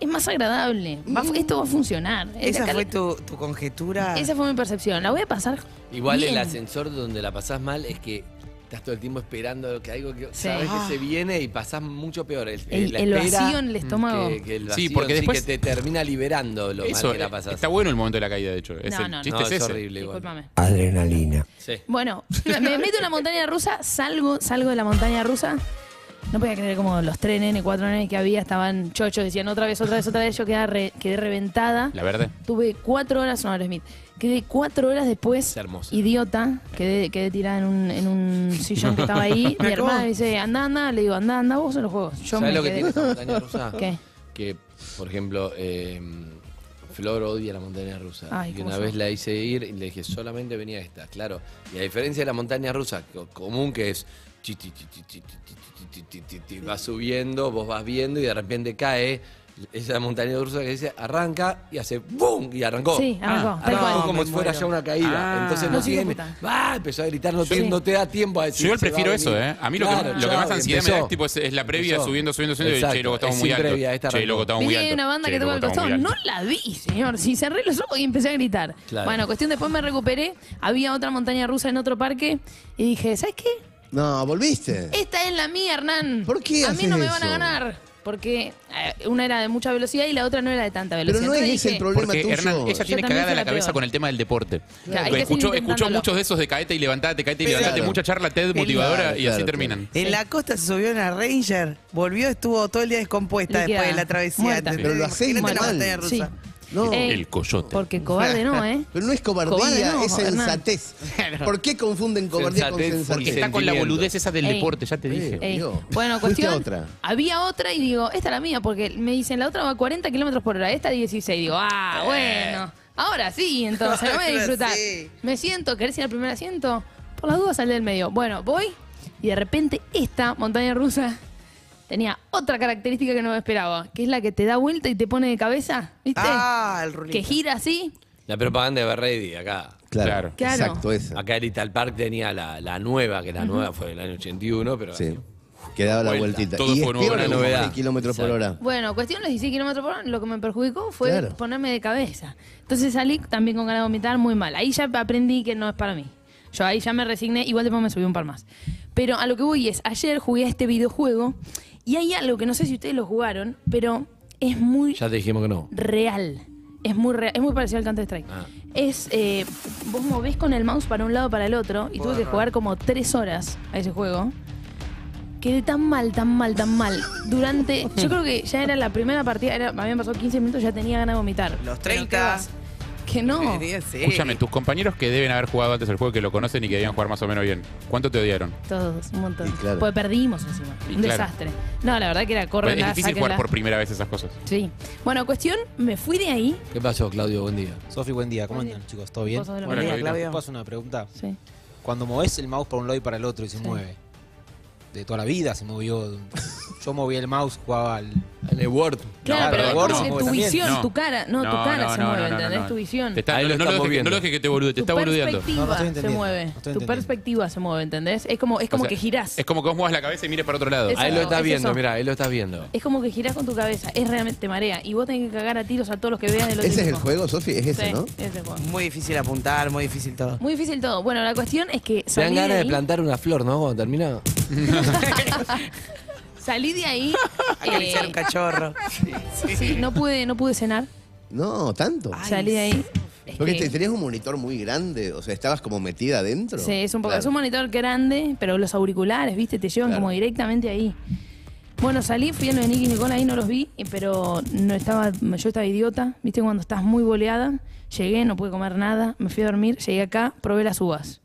S10: Es más agradable. Va a fu- esto va a funcionar.
S13: Esa
S10: Acá-
S13: fue tu, tu conjetura.
S10: esa fue mi percepción. La voy a pasar.
S8: Igual
S10: bien.
S8: el ascensor donde la pasás mal es que estás todo el tiempo esperando que algo que
S10: Sí.
S8: sabes
S10: Ah.
S8: que se viene y pasás mucho peor. El,
S10: El-
S8: la
S10: el
S8: espera
S10: vacío en el estómago.
S8: Que, que el
S12: Sí,
S8: vacío en sí,
S12: porque después-
S8: que te termina liberando lo
S12: Eso,
S8: mal que la
S12: eh,
S8: pasás.
S12: está bueno el momento de la caída, de hecho. Es
S10: No,
S12: el
S10: no, no.
S12: chiste
S8: no,
S12: es
S8: es,
S12: ese.
S8: horrible igual.
S10: Discúlpame.
S11: Adrenalina.
S8: Sí.
S10: Bueno, me meto en la montaña rusa, salgo, salgo de la montaña rusa. No podía creer como los tres nenes, cuatro nenes que había estaban chochos, decían otra vez, otra vez, otra vez. Yo quedaba re- quedé reventada.
S12: La verde.
S10: Tuve cuatro horas, no, Smith. Quedé cuatro horas después,
S8: Es hermoso.
S10: idiota, quedé, quedé tirada en un, en un sillón que estaba ahí. Mi hermana me dice, anda, anda. Le digo, anda, anda, vos en los juegos. Yo me
S8: ¿Sabes lo que
S10: quedé-
S8: tiene esta montaña rusa?
S10: ¿Qué?
S8: Que, por ejemplo, eh, Flor odia la montaña rusa.
S10: Ay,
S8: y
S10: ¿cómo
S8: una
S10: son?
S8: vez la hice ir y le dije, solamente venía esta, claro. Y a diferencia de la montaña rusa, co- común que es. chi, chi, chi, chi, chi, chi, chi, chi, chi, chi, chi, Va subiendo, vos vas viendo y de repente cae. Esa montaña rusa que dice arranca y hace ¡boom! y arrancó. Ah,
S10: Sí, arrancó, tal
S8: arrancó
S10: cual.
S8: como
S10: Me
S8: si fuera
S10: muero.
S8: ya una caída.
S12: Ah.
S8: Entonces
S10: No,
S8: no
S10: sí, de
S8: tiene.
S10: puta.
S8: Va, empezó a gritar, no te,
S10: Sí.
S8: no te da tiempo a decir.
S12: Yo igual
S8: se va a
S12: prefiero eso,
S8: venir.
S12: ¿eh? A mí lo,
S8: Claro,
S12: que, lo que
S8: chao,
S12: más ansiedad me da
S8: empezó.
S12: es, tipo, es, es la previa
S8: Empezó.
S12: subiendo, subiendo, subiendo. y,
S8: Exacto,
S12: Che, loco, estamos
S8: es
S12: muy
S8: sin
S12: alto.
S8: previa, esta
S12: che,
S8: arrancó.
S12: loco, estamos muy
S10: Viste que
S12: alto.
S10: hay una banda
S12: Che,
S10: que
S12: loco,
S10: toca el
S12: estamos
S10: costado.
S12: muy
S10: No
S12: alto.
S10: la vi, señor. Si cerré los ojos y empecé a gritar.
S8: Claro.
S10: Bueno, cuestión después me recuperé. Había otra montaña rusa en otro parque. Y dije, ¿sabes qué?
S11: No, volviste.
S10: Esta es la mía, Hernán.
S11: ¿Por qué
S10: A mí
S11: haces
S10: no me van a
S11: eso?
S10: ganar. Porque eh, una era de mucha velocidad y la otra no era de tanta velocidad.
S11: Pero no es
S10: Entonces
S11: ese el
S10: dije,
S11: problema
S12: Porque
S11: tuyo.
S12: Hernán, ella
S10: Yo también
S12: tiene cagada
S10: fui
S12: la
S10: la
S12: cabeza
S10: peor.
S12: con el tema del deporte.
S10: Claro, hay que
S12: escuchó,
S10: seguir
S12: escuchó
S10: intentándolo.
S12: muchos de esos de caete y levantate, caete y
S9: Claro.
S12: levantate, mucha charla TED
S9: Qué
S12: motivadora
S9: lindo.
S12: y así terminan.
S9: En la costa se subió una Ranger, volvió, estuvo todo el día descompuesta
S10: Liquidada.
S9: después de la travesía.
S10: Muerta.
S9: ¿entendés?
S11: Pero lo hacéis
S9: Imagínate la
S11: mal.
S9: montaña rusa.
S10: Sí.
S11: No.
S10: Eh,
S12: El coyote.
S10: Porque cobarde no, ¿eh?
S11: Pero no es cobardía,
S10: Cobarde no,
S11: es
S10: Hernán.
S11: sensatez. ¿Por qué confunden cobardía
S8: Sensatez,
S11: con
S12: Porque
S11: sensatez?
S12: está con la boludez esa del
S10: Ey.
S12: deporte, ya te dije.
S10: Ey,
S11: Dios.
S10: Bueno,
S11: Fuiste
S10: cuestión.
S11: otra.
S10: Había otra y digo, esta es la mía, porque me dicen, la otra va a 40 kilómetros por hora, esta 16. Digo,
S12: Eh.
S10: ah, bueno, ahora sí, entonces, voy a
S9: Ahora
S10: disfrutar.
S9: sí.
S10: Me siento, ¿querés ir al primer asiento? Por las dudas salí del medio. Bueno, voy y de repente esta montaña rusa tenía otra característica que no me esperaba, que es la que te da vuelta y te pone de cabeza, ¿viste?
S9: Ah, el
S10: que
S9: rulito.
S10: gira así.
S8: La propaganda de Berredi acá.
S11: Claro,
S10: Claro.
S11: exacto esa.
S8: Acá ahorita el Park tenía la, la nueva, que la nueva fue del año 81, pero
S11: Sí. Que daba la
S12: Vuelta.
S11: vueltita.
S12: Todo
S11: y
S12: fue
S11: Esteban
S12: una
S11: con
S8: novedad.
S11: 20 kilómetros por hora.
S10: Bueno, cuestión los 16 kilómetros por hora, lo que me perjudicó fue
S11: Claro.
S10: ponerme de cabeza. Entonces salí también con ganas de vomitar muy mal. Ahí ya aprendí que no es para mí. Yo ahí ya me resigné, igual después me subí un par más. Pero a lo que voy es, ayer jugué a este videojuego y hay algo que no sé si ustedes lo jugaron, pero es muy
S8: ya te dijimos que no.
S10: real. Es muy real, es muy parecido al Counter Strike.
S8: Ah.
S10: Es eh, vos movés con el mouse para un lado para el otro y tuve que jugar como tres horas a ese juego. Quedé tan mal, tan mal, tan mal. Durante. Yo creo que ya era la primera partida, era, me habían pasado 15 minutos, ya tenía ganas de vomitar.
S9: Los
S10: Pero, ¿qué
S9: 30.
S10: vas? Que no.
S9: Sí.
S12: Escúchame, tus compañeros que deben haber jugado antes el juego, que lo conocen y que debían jugar más o menos bien, ¿cuánto te odiaron?
S10: Todos, un montón.
S11: Y claro.
S10: Pues perdimos encima.
S12: Y
S10: un
S12: claro.
S10: desastre. No, la verdad que era correr
S12: es difícil jugar por primera vez esas cosas.
S10: Sí. Bueno, cuestión, me fui de ahí.
S8: ¿Qué pasó, Claudio? Buen día.
S14: Sofi, buen día. ¿Cómo
S10: Buen
S14: andan,
S10: día.
S14: chicos? ¿Todo bien?
S10: Vos sos de la
S12: Hola,
S10: mañana.
S12: Claudio.
S9: Claudio.
S14: Paso una pregunta.
S10: Sí.
S14: Cuando movés el mouse para un lado y para el otro y se mueve, de toda la vida se movió. Yo movía el mouse, jugaba al.
S8: En el Word.
S10: Claro,
S14: No,
S10: pero
S14: pero
S10: es
S14: gordo,
S10: como que
S14: no,
S10: tu
S14: también.
S10: visión,
S12: No.
S10: tu cara, no, tu
S12: No,
S10: cara
S12: no,
S10: se
S12: no,
S10: mueve,
S12: no, no,
S10: ¿entendés?
S12: no.
S10: Tu visión.
S12: Te está,
S8: Ahí
S12: no,
S8: lo está
S12: no lo dejes-
S8: moviendo.
S12: no lo dejes que te bolude, te
S10: tu
S12: está boludeando.
S10: perspectiva
S14: No, no estoy
S10: se
S14: entendiendo, no
S10: mueve.
S14: estoy
S10: Tu
S14: entendiendo.
S10: perspectiva se mueve, ¿entendés? Es como, es como
S12: O sea,
S10: que girás.
S12: Es
S10: Es,
S12: como que vos muevas la cabeza y mires para otro lado.
S10: Eso.
S8: Ahí lo estás
S10: es
S8: viendo,
S10: eso.
S8: mirá, ahí lo estás viendo.
S10: como que girás con tu cabeza. Es realmente te marea. Y vos tenés que cagar a tiros a todos los que veas de los
S11: Ese es el juego, Sofi, es ese, ¿no?
S10: ese juego.
S9: Muy difícil apuntar, muy difícil todo.
S10: Muy difícil todo. Bueno, la cuestión es que
S8: Se dan
S10: salí de,
S8: ganas de
S10: ahí, Eh.
S8: plantar una flor, ¿no? Cuando termina.
S10: salí de ahí.
S9: Acariciar
S10: eh,
S9: un cachorro.
S10: sí, no pude, no pude cenar.
S11: No, tanto.
S9: Ay,
S10: salí de ahí. Es
S11: Porque
S10: que-
S11: te- tenías un monitor muy grande, o sea, estabas como metida adentro.
S10: Sí, es un, poco,
S11: Claro.
S10: es un monitor grande, pero los auriculares, viste, te llevan
S11: Claro.
S10: como directamente ahí. Bueno, salí, fui a lo de Nicky Nicole, ahí no los vi, eh, pero no estaba, yo estaba idiota, viste, cuando estás muy boleada. Llegué, no pude comer nada, me fui a dormir, llegué acá, probé las uvas.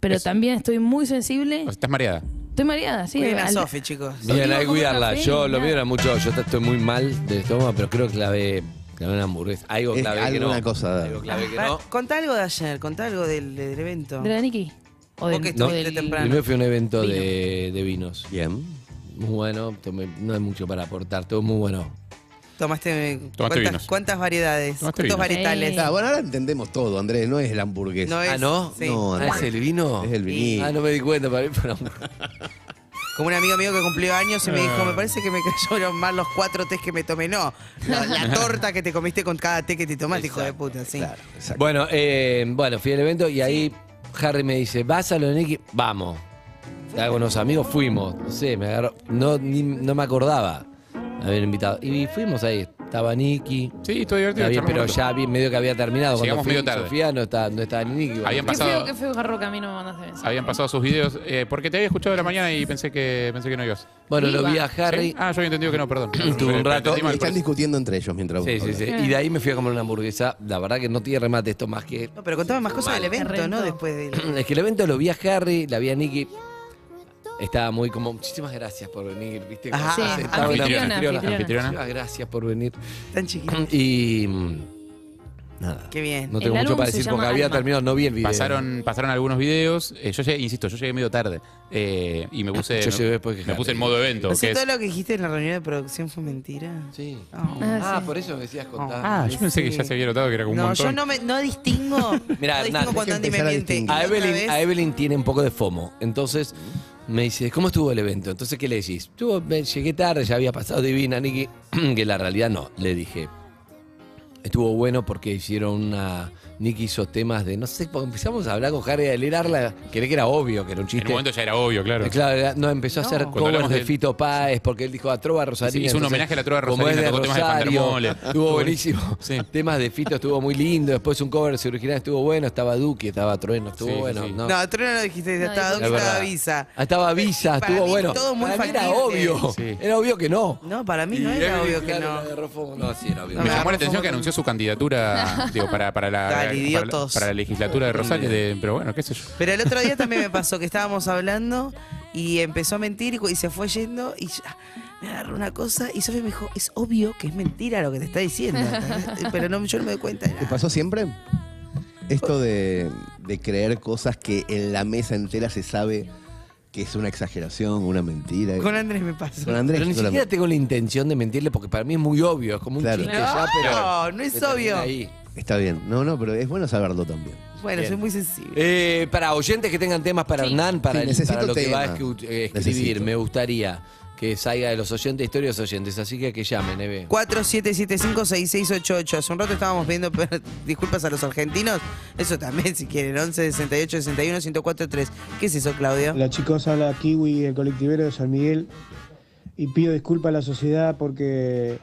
S10: Pero
S12: Es-
S10: también estoy muy sensible.
S12: O sea, Estás mareada.
S10: Estoy mareada, sí.
S9: Cuiden a
S10: al-
S9: Sofi, chicos.
S10: No
S8: Bien,
S10: iba a
S8: hay que
S10: comer
S8: cuidarla.
S10: café
S8: Yo
S10: ni
S8: lo mío
S10: nada.
S8: era mucho. Yo estoy muy mal de estómago, pero creo que clavé, clavé una hamburguesa. Algo
S11: Es
S8: clavé que no.
S11: alguna cosa.
S8: Algo clavé que
S9: Pa-
S8: no.
S9: Contá algo de ayer, contá algo del, del evento.
S10: ¿De la Nicky? ¿O
S9: Vos que
S10: del, o
S9: estuviste
S10: del-
S9: temprano.
S8: Primero fue un evento
S10: Vino.
S8: de, de vinos.
S11: Bien.
S8: Muy bueno. tomé- no hay mucho para aportar. Todo muy bueno.
S9: Tomaste,
S12: vinos.
S9: cuántas, cuántas variedades,
S12: Tomaste
S9: cuántos
S12: vinos.
S9: varietales.
S10: Sí.
S11: Ah, bueno, ahora entendemos todo, Andrés, no es la hamburguesa.
S9: No es,
S8: Ah, ¿no?
S9: sí.
S11: No,
S8: Ah, ¿Es el vino?
S11: Es el vinil.
S8: Ah, no me di cuenta. Para mí fue una hamburguesa.
S9: Como un amigo mío que cumplió años y me dijo,
S8: Eh.
S9: me parece que me cayeron mal los cuatro tés que me tomé. No, la, la torta que te comiste con cada té que te tomaste, hijo de puta, sí.
S11: Claro, exacto.
S8: Bueno, eh, bueno, fui al evento y ahí Harry me dice, ¿vas a lo de Nicky? Vamos. Estaba con unos amigos, fuimos. No sé, me agarró. No, ni- no me acordaba haber invitado. Y fuimos ahí. Estaba Nicky.
S12: Sí, estoy
S8: Está
S12: divertido.
S8: bien,
S12: charlamos
S8: pero
S12: un rato.
S8: ya vi- medio que había terminado. Cuando
S12: Llegamos
S8: fui,
S12: medio tarde.
S8: Sofía no estaba, no estaba ni Nicky.
S12: Habían
S10: Qué
S12: pasado-
S10: feo, qué feo, Jarro, que a mí no me mandaste mensaje.
S12: Habían pasado sus videos eh, porque te había escuchado de la mañana y pensé que pensé que no ibas.
S8: Bueno, lo vi a
S10: ¿Sí?
S8: Harry.
S12: ¿Sí? Ah, yo había entendido que no, perdón.
S8: Estuve un rato.
S12: Entendí mal,
S11: Están
S12: por eso.
S11: discutiendo entre ellos mientras
S8: Sí,
S11: vos
S8: sí, sí.
S11: hablas.
S8: Y de ahí me fui a comer una hamburguesa. La verdad que no tiene remate esto más que.
S9: No, pero contame más cosas del
S10: Mal.
S9: evento, ¿no?
S10: Reventó.
S9: Después del...
S8: Es que el evento lo vi a Harry, la vi a Nicky. Estaba muy como, muchísimas gracias por venir, ¿viste? Como
S9: Ajá.
S8: se
S9: Sí,
S8: sentaba una
S12: anfitriona,
S10: anfitriona.
S12: Anfitriona.
S8: Muchísimas gracias por venir.
S9: Tan chiquito.
S8: Y. mm, Nada.
S9: Qué bien.
S8: No
S10: El
S8: tengo mucho
S10: álbum
S8: para
S10: se
S8: decir porque
S10: llama
S8: había
S10: Alma.
S8: terminado, no vi el video.
S12: Pasaron, pasaron algunos videos. Eh, yo llegué, insisto, yo llegué medio tarde. Eh, y me puse.
S8: Yo
S12: me-
S8: llegué después que
S12: Me puse
S8: Harry.
S12: en modo evento.
S9: O sea,
S12: que es-
S9: Pues todo lo que dijiste en la reunión de producción fue mentira.
S8: Sí.
S9: Oh.
S8: Ah,
S10: Ah, sí.
S8: por eso decías contar.
S12: Ah, yo pensé que ya se había notado que era como un
S9: No,
S12: montón.
S9: yo no, me, no distingo.
S8: Mirá, Hernán,
S9: no distingo cuando
S11: hay que
S9: Andy me
S11: empezar a
S9: miente.
S11: distinguir.
S8: A
S9: Y otra
S8: Evelyn,
S9: vez-
S8: a Evelyn tiene un poco de FOMO. Entonces me dice, ¿cómo estuvo el evento? Entonces, ¿qué le decís? Estuvo- me- llegué tarde, ya había pasado divina, Nicky. que la realidad no, le dije. Estuvo bueno porque hicieron una Nicky hizo temas de, no sé, porque empezamos a hablar con Harry de Lerarla, que que era obvio, que era un chiste.
S12: En un momento ya era obvio, claro.
S8: Eh, Claro, era- no, empezó a hacer
S12: Cuando
S8: covers
S12: hablamos
S8: de
S12: del-
S8: Fito Páez, porque él dijo a Trova Rosarina.
S12: Sí, hizo un homenaje a la Trova
S8: como
S12: Rosarina,
S8: es de
S12: tocó temas de Pandermole.
S8: Estuvo buenísimo. Temas de Fito estuvo muy lindo, después un cover de su original estuvo bueno, estaba Duque, estaba Trueno, estuvo
S9: Sí, sí,
S8: bueno.
S9: sí.
S8: No,
S9: No, Trueno no dijiste, estaba
S8: Es
S9: Duque, estaba
S8: verdad.
S9: Visa.
S8: Ah, Estaba Visa,
S9: Para
S8: estuvo
S9: mí
S8: bueno.
S9: todo muy
S8: Para mí era
S9: factible.
S8: obvio.
S9: Sí.
S8: Era obvio que no.
S9: No, para mí no
S8: Y
S9: era
S8: Emily,
S9: obvio que
S8: claro,
S9: no.
S8: la agarró fondo. No, sí, era obvio.
S12: Me llamó la atención que anunció su candidatura digo, para, para, la,
S9: Tal
S12: para, la-
S9: idiotos.
S12: para la legislatura de Rosario, de- pero bueno, qué sé yo.
S9: Pero el otro día también me pasó que estábamos hablando y empezó a mentir y, cu- y se fue yendo y ya, me agarró una cosa y Sofía me dijo, es obvio que es mentira lo que te está diciendo. ¿entendés? Pero no, yo no me doy cuenta. de nada.
S11: ¿Te pasó siempre? Esto de, de creer cosas que en la mesa entera se sabe que es una exageración, una mentira.
S9: Con Andrés me pasó.
S11: Con Andrés
S8: Pero ni
S11: solamente.
S8: siquiera tengo la intención de mentirle porque para mí es muy obvio, es como un
S11: Claro.
S8: chiste ya, pero.
S9: No, no es
S8: que termina
S9: obvio.
S8: ahí.
S11: Está bien. No, no, pero es bueno saberlo también.
S9: Bueno,
S8: Bien.
S9: soy muy sensible.
S8: Eh, para oyentes que tengan temas para Hernán, para,
S11: Sí,
S8: el-
S11: necesito
S8: para lo que
S11: tema.
S8: va a escu- eh, escribir,
S11: Necesito.
S8: me gustaría que salga de los oyentes, historia de los oyentes, así que que llamen, Eve.
S9: 47756688. Hace un rato estábamos pidiendo per- disculpas a los argentinos. Eso también, si quieren. 11 68 61 1043. ¿Qué es eso, Claudio?
S15: La chicos habla Kiwi, el colectivero de San Miguel. Y pido disculpas a la sociedad porque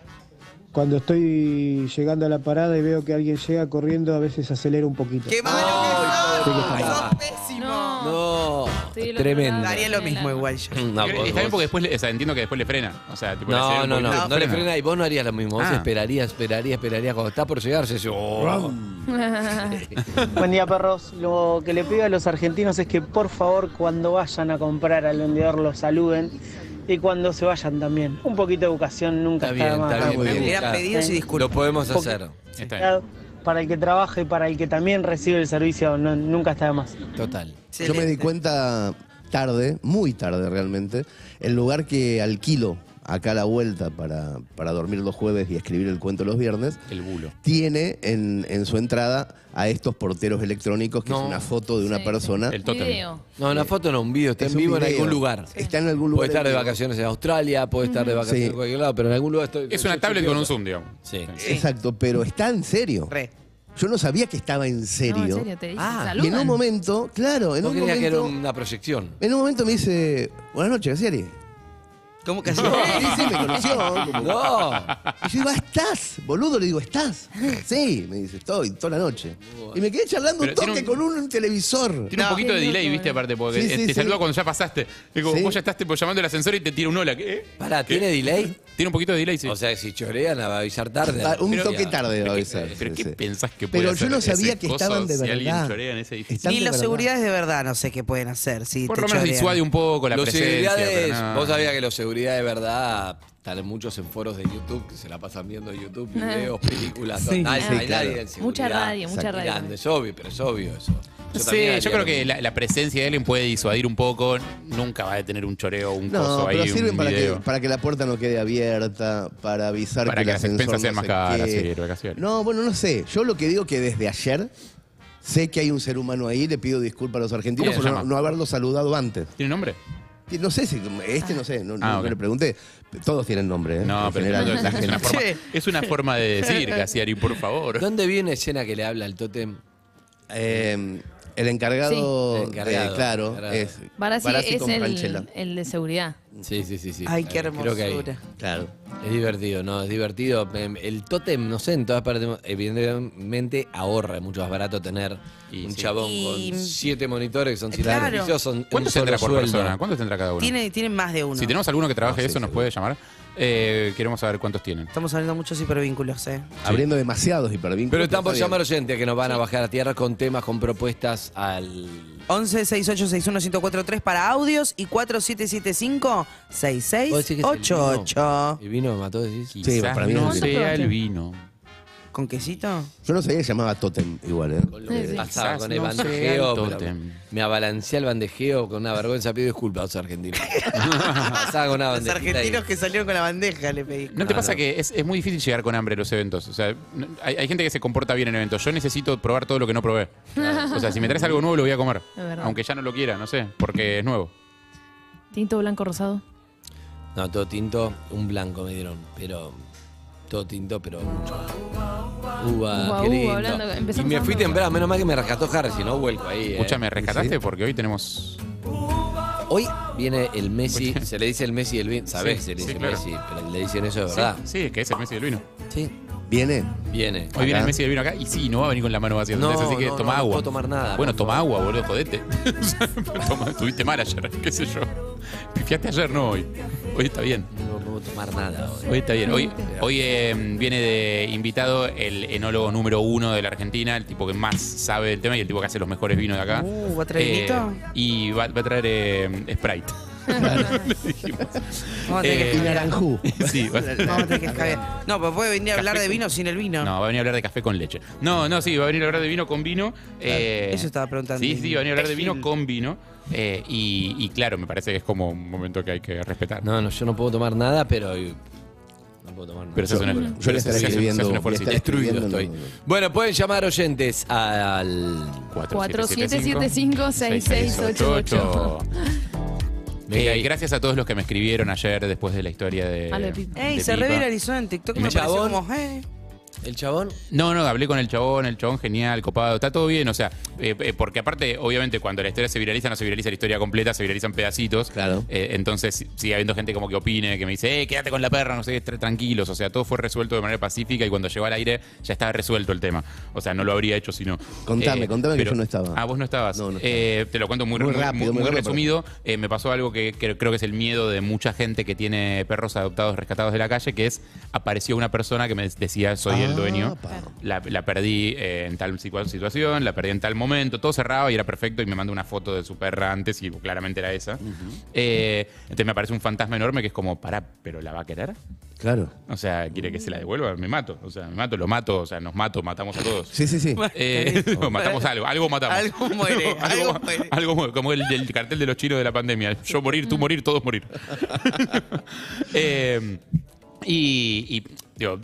S15: cuando estoy llegando a la parada y veo que alguien llega corriendo, a veces acelero un poquito.
S9: ¡Qué malo
S15: Así que está
S9: que
S15: bien.
S9: sos! ¡Sos pésimo!
S8: No, tremendo.
S9: Daría lo mismo igual yo.
S8: No,
S12: Y
S8: vos-
S12: está
S8: vos-
S12: bien porque después, le- o sea, entiendo que después le frena. O sea, tipo, le
S8: No,
S12: acelera un
S8: no, no,
S12: poquito,
S8: no, le frena y vos no harías lo mismo. Vos
S12: Ah.
S8: esperarías, esperarías, esperarías. Cuando está por llegar, se dice, oh.
S16: Buen día, perros. Lo que le pido a los argentinos es que por favor cuando vayan a comprar al vendedor los saluden y cuando se vayan también. Un poquito de educación nunca
S8: Está
S16: está,
S8: bien,
S16: más.
S8: está bien. está bien.
S16: Claro. Sí.
S8: Lo podemos
S16: Un poquito
S8: hacer.
S16: de cuidado Para el que trabaja y para el que también recibe el servicio, no- nunca está de más.
S8: Total.
S11: Yo me di cuenta tarde, muy tarde realmente, el lugar que alquilo acá a la vuelta para, para dormir los jueves y escribir el cuento los viernes,
S12: El bulo.
S11: tiene en, en su entrada a estos porteros electrónicos, que
S8: No.
S11: es una foto de una persona.
S8: No, una foto no, un video. Está
S11: Es
S8: en
S11: un
S8: vivo en
S11: video.
S8: algún lugar.
S11: Está en algún
S8: Puede
S11: lugar
S8: estar de
S11: en vivo.
S8: vacaciones en Australia, puede estar de
S11: Ujú.
S8: vacaciones
S11: Sí.
S8: en cualquier lado, pero en algún lugar estoy.
S12: Es una
S8: estoy
S12: tablet con
S8: curioso.
S12: un zoom, digamos.
S8: Sí.
S11: Exacto, pero está en serio. Yo no sabía que estaba en serio.
S8: serio, te dicen,
S11: ah, y en
S8: saludan.
S11: un momento, claro, en
S8: Vos
S11: un
S8: creías
S11: momento,
S8: que era una proyección.
S11: en un momento me dice, buenas noches, Siri.
S9: ¿Cómo
S11: que así? Sí, sí, me conoció. como-
S8: No.
S11: Y yo digo, "Ah, ¿estás? Boludo, le digo, ¿estás? Sí, me dice, estoy toda la noche. Y me quedé charlando
S12: Pero
S11: un toque
S12: tiene un-
S11: con un televisor.
S12: Tiene un poquito de delay,
S9: eh.
S12: viste, aparte, porque
S11: Sí,
S12: te-
S11: sí,
S12: te
S11: sí.
S12: saluda cuando ya pasaste. Digo,
S11: Sí.
S12: vos ya estás tipo, llamando al ascensor y te tira un hola. ¿Qué?
S8: Pará,
S12: ¿Qué?
S8: ¿tiene delay?
S12: Tiene un poquito de delay, sí.
S8: O sea, si chorean, va a avisar tarde.
S11: Ah, un
S12: Pero-
S11: toque tarde va a avisar.
S12: ¿Pero qué
S11: Sí, sí.
S12: pensás que puede
S11: Pero yo
S12: hacer
S11: no sabía
S12: ese
S11: que
S12: coso
S11: estaban de
S12: si alguien
S11: verdad.
S12: chorea en ese edificio?
S11: Están
S9: Ni
S11: de
S9: los
S11: verdad.
S9: seguridades de verdad no sé qué pueden hacer. Si
S12: Por
S9: te
S12: lo menos
S9: chorean.
S12: disuade un poco la
S8: los
S12: presencia.
S8: seguridades,
S12: pero no.
S8: vos sabías que los seguridad de verdad están muchos en foros de YouTube que se la pasan viendo YouTube,
S10: Ah.
S8: videos, películas.
S10: Sí.
S8: no, nadie-
S10: Sí,
S8: hay
S10: claro.
S8: nadie en
S10: Mucha
S8: seguridad
S10: radio, mucha
S8: mirando,
S10: radio.
S8: Es obvio, pero es obvio eso.
S12: No sé,
S8: también haría
S12: yo creo
S8: lo
S12: que
S8: mismo.
S12: la, la presencia de alguien puede disuadir un poco. Nunca va a tener un choreo, un
S11: No,
S12: coso ahí,
S11: pero sirven
S12: un
S11: para que,
S12: video.
S11: para que la puerta no quede abierta, para avisar
S12: Para que
S11: el
S12: las
S11: ascensor
S12: expensas
S11: no
S12: sean más
S11: se
S12: caras,
S11: quede.
S12: sí, vacaciones.
S11: No, bueno, no sé. Yo lo que digo que desde ayer sé que hay un ser humano ahí, le pido disculpas a los
S12: ¿Cómo
S11: argentinos por
S12: se
S11: no,
S12: llama?
S11: no haberlo saludado antes.
S12: ¿Tiene nombre?
S11: Y No sé si este no sé, no, no-
S12: Ah,
S11: no
S12: ok.
S11: le pregunté. Todos tienen nombre, ¿eh?
S12: No,
S11: En
S12: pero
S11: general,
S12: es,
S11: la
S12: es una
S11: gente.
S12: forma, es una forma de decir, Casiari, por favor.
S8: ¿Dónde viene escena que le habla el tótem?
S11: Eh, el encargado,
S8: Sí. El encargado,
S11: eh, claro,
S8: el encargado.
S11: es
S10: Barassi
S11: Barassi
S10: es
S11: con Franchella.
S10: el, el de seguridad.
S8: Sí, sí, sí, sí.
S9: Ay, qué
S8: Eh, creo que ahí.
S9: hermosura.
S11: Claro.
S8: Es divertido, ¿no? Es divertido. Em, El tótem, no sé, en todas partes, evidentemente ahorra, es mucho más barato tener un chabón
S9: Y-
S8: con siete monitores que son siete
S9: Claro.
S8: servicios, son un
S12: ¿Cuántos
S8: solo
S12: tendrá por
S8: sueldo.
S12: persona? ¿Cuántos tendrá cada uno?
S9: Tiene- tienen más de uno.
S12: Si tenemos alguno que trabaje
S11: No, sí,
S12: eso, nos
S11: seguro.
S12: puede llamar. Eh, queremos saber cuántos tienen.
S9: Estamos hablando muchos hipervínculos, ¿eh?
S11: Abriendo demasiados hipervínculos.
S8: Pero están por
S11: está bien.
S8: llamar oyentes que nos van a bajar a tierra con temas, con propuestas al.
S9: 11 68 61 1043 para audios y 4775 6688.
S8: El vino me mató, decís.
S11: Sí, Quizás para mí no sí.
S12: sea el vino.
S9: ¿Con quesito?
S11: Yo no sabía que se llamaba Totem igual, ¿eh?
S8: Lo que
S9: Sí, sí.
S8: pasaba con el
S12: Quizás no sea el
S8: bandejeo. pero
S12: tótem.
S8: me abalancé al bandejeo con una vergüenza. Pido disculpas a los argentinos. pasaba con una
S9: Los
S8: bandejita
S9: argentinos que salieron con la bandeja le pedí.
S12: ¿No te pasa que es, es muy difícil llegar con hambre a los eventos? O sea, no- hay, hay gente que se comporta bien en eventos. Yo necesito probar todo lo que no probé. O sea, si me traes algo nuevo, lo voy a comer.
S10: Es verdad.
S12: Aunque ya no lo quiera, no sé, porque es nuevo.
S10: Tinto blanco rosado.
S8: y- No, todo tinto, un blanco me dieron. Pero. Todo tinto, pero mucho. Uva,
S10: Uva,
S8: qué
S10: uva,
S8: lindo.
S10: hablando-
S8: y
S10: empezamos
S8: me fui
S10: hablando-
S8: temprano, menos mal que me rescató Harry, si no vuelco ahí. eh.
S12: Escúchame, rescataste
S8: porque hoy tenemos. Hoy viene el Messi, se le dice el Messi del vino. Sabés que
S12: Sí,
S8: se le
S12: sí,
S8: dice
S12: claro.
S8: Messi, pero le dicen eso de
S12: Sí,
S8: verdad.
S12: Sí, es que es el Messi del vino.
S8: Sí.
S11: ¿Viene?
S8: Viene.
S12: Hoy viene
S8: Acá.
S12: el Messi del vino acá y sí, no va a venir con la mano vacía.
S8: No,
S12: entonces, así que
S8: no,
S12: toma
S8: no, no
S12: agua.
S8: puedo tomar nada,
S12: Bueno,
S8: por
S12: toma agua, boludo, jodete. Toma, Estuviste mal ayer, qué sé yo. Pifiaste ayer, no hoy. Hoy está bien.
S8: No puedo tomar nada hoy.
S12: Hoy está bien. Hoy, hoy eh, viene de invitado el enólogo número uno de la Argentina, el tipo que más sabe del tema y el tipo que hace los mejores vinos de acá. Eh,
S9: Uh, ¿va a traer vinito?
S12: Y va, va a traer eh, Sprite. Le dijimos.
S9: Vamos a tener que
S12: Eh,
S9: cambiar.
S12: Sí, va a traer-
S9: Vamos a tener que escabear. No, pero puede venir a hablar de vino sin el vino.
S12: No, va a venir a hablar de café con leche. No, no, sí, va a venir a hablar de vino con vino. eh,
S9: Eso estaba preguntando.
S12: Sí, sí, va a venir a hablar de vino con vino. eh, y, y claro, me parece que es como un momento que hay que respetar.
S8: No, no, yo no puedo tomar nada, pero. eh, No puedo tomar nada.
S12: Pero se hace una- Yo- yo pero le se- estaré se hace- se escribiendo, hace un esfuerzo. le estaré
S8: Destruido
S12: escribiendo,
S8: estoy.
S12: no, no, no.
S8: Bueno, pueden llamar oyentes al.
S10: 4775-6688.
S12: Eh, gracias a todos los que me escribieron ayer después de la historia de.
S9: A lo de Pipa. Ey,
S12: de
S9: se
S12: Ah, Pipa.
S9: revelarizó en TikTok. Me
S12: ¿El
S9: pareció
S12: chabón?
S9: como, eh.
S8: ¿El chabón?
S12: No, no, hablé con el chabón, el chabón genial, copado, está todo bien, o sea, eh, eh, porque aparte, obviamente, cuando la historia se viraliza, no se viraliza la historia completa, se viralizan pedacitos. Claro. entonces sigue habiendo gente como que opine, que me dice, eh, quédate con la perra, no sé, tra- tranquilos, o sea, todo fue resuelto de manera pacífica y cuando llegó al aire ya estaba resuelto el tema. O sea, no lo habría hecho si no.
S11: Contame,
S12: Eh,
S11: contame que
S12: pero-
S11: yo no estaba.
S12: Ah, vos no estabas. Eh, te lo cuento muy,
S11: Muy
S12: muy-
S11: rápido,
S12: muy-
S11: muy
S12: muy
S11: rápido,
S12: resumido. Eh, me pasó algo que, que creo que es el miedo de mucha gente que tiene perros adoptados, rescatados de la calle, que es apareció una persona que me decía soy el dueño.
S11: Ah,
S12: La, la perdí eh, en tal situa- situación, la perdí en tal momento, todo cerrado y era perfecto y me mandó una foto de su perra antes y claramente era esa. Eh, entonces me aparece un fantasma enorme que es como, pará, ¿pero la va a querer?
S11: Claro.
S12: O sea, quiere que se la devuelva, me mato. O sea, me mato, lo mato, o sea, nos mato, matamos a todos.
S11: Sí, sí, sí.
S12: Eh, no, matamos algo, algo matamos.
S9: Algo muere, algo muere.
S12: Algo mu- como el, el cartel de los chinos de la pandemia. Yo morir, tú morir, todos morir. Eh, y, y, digo,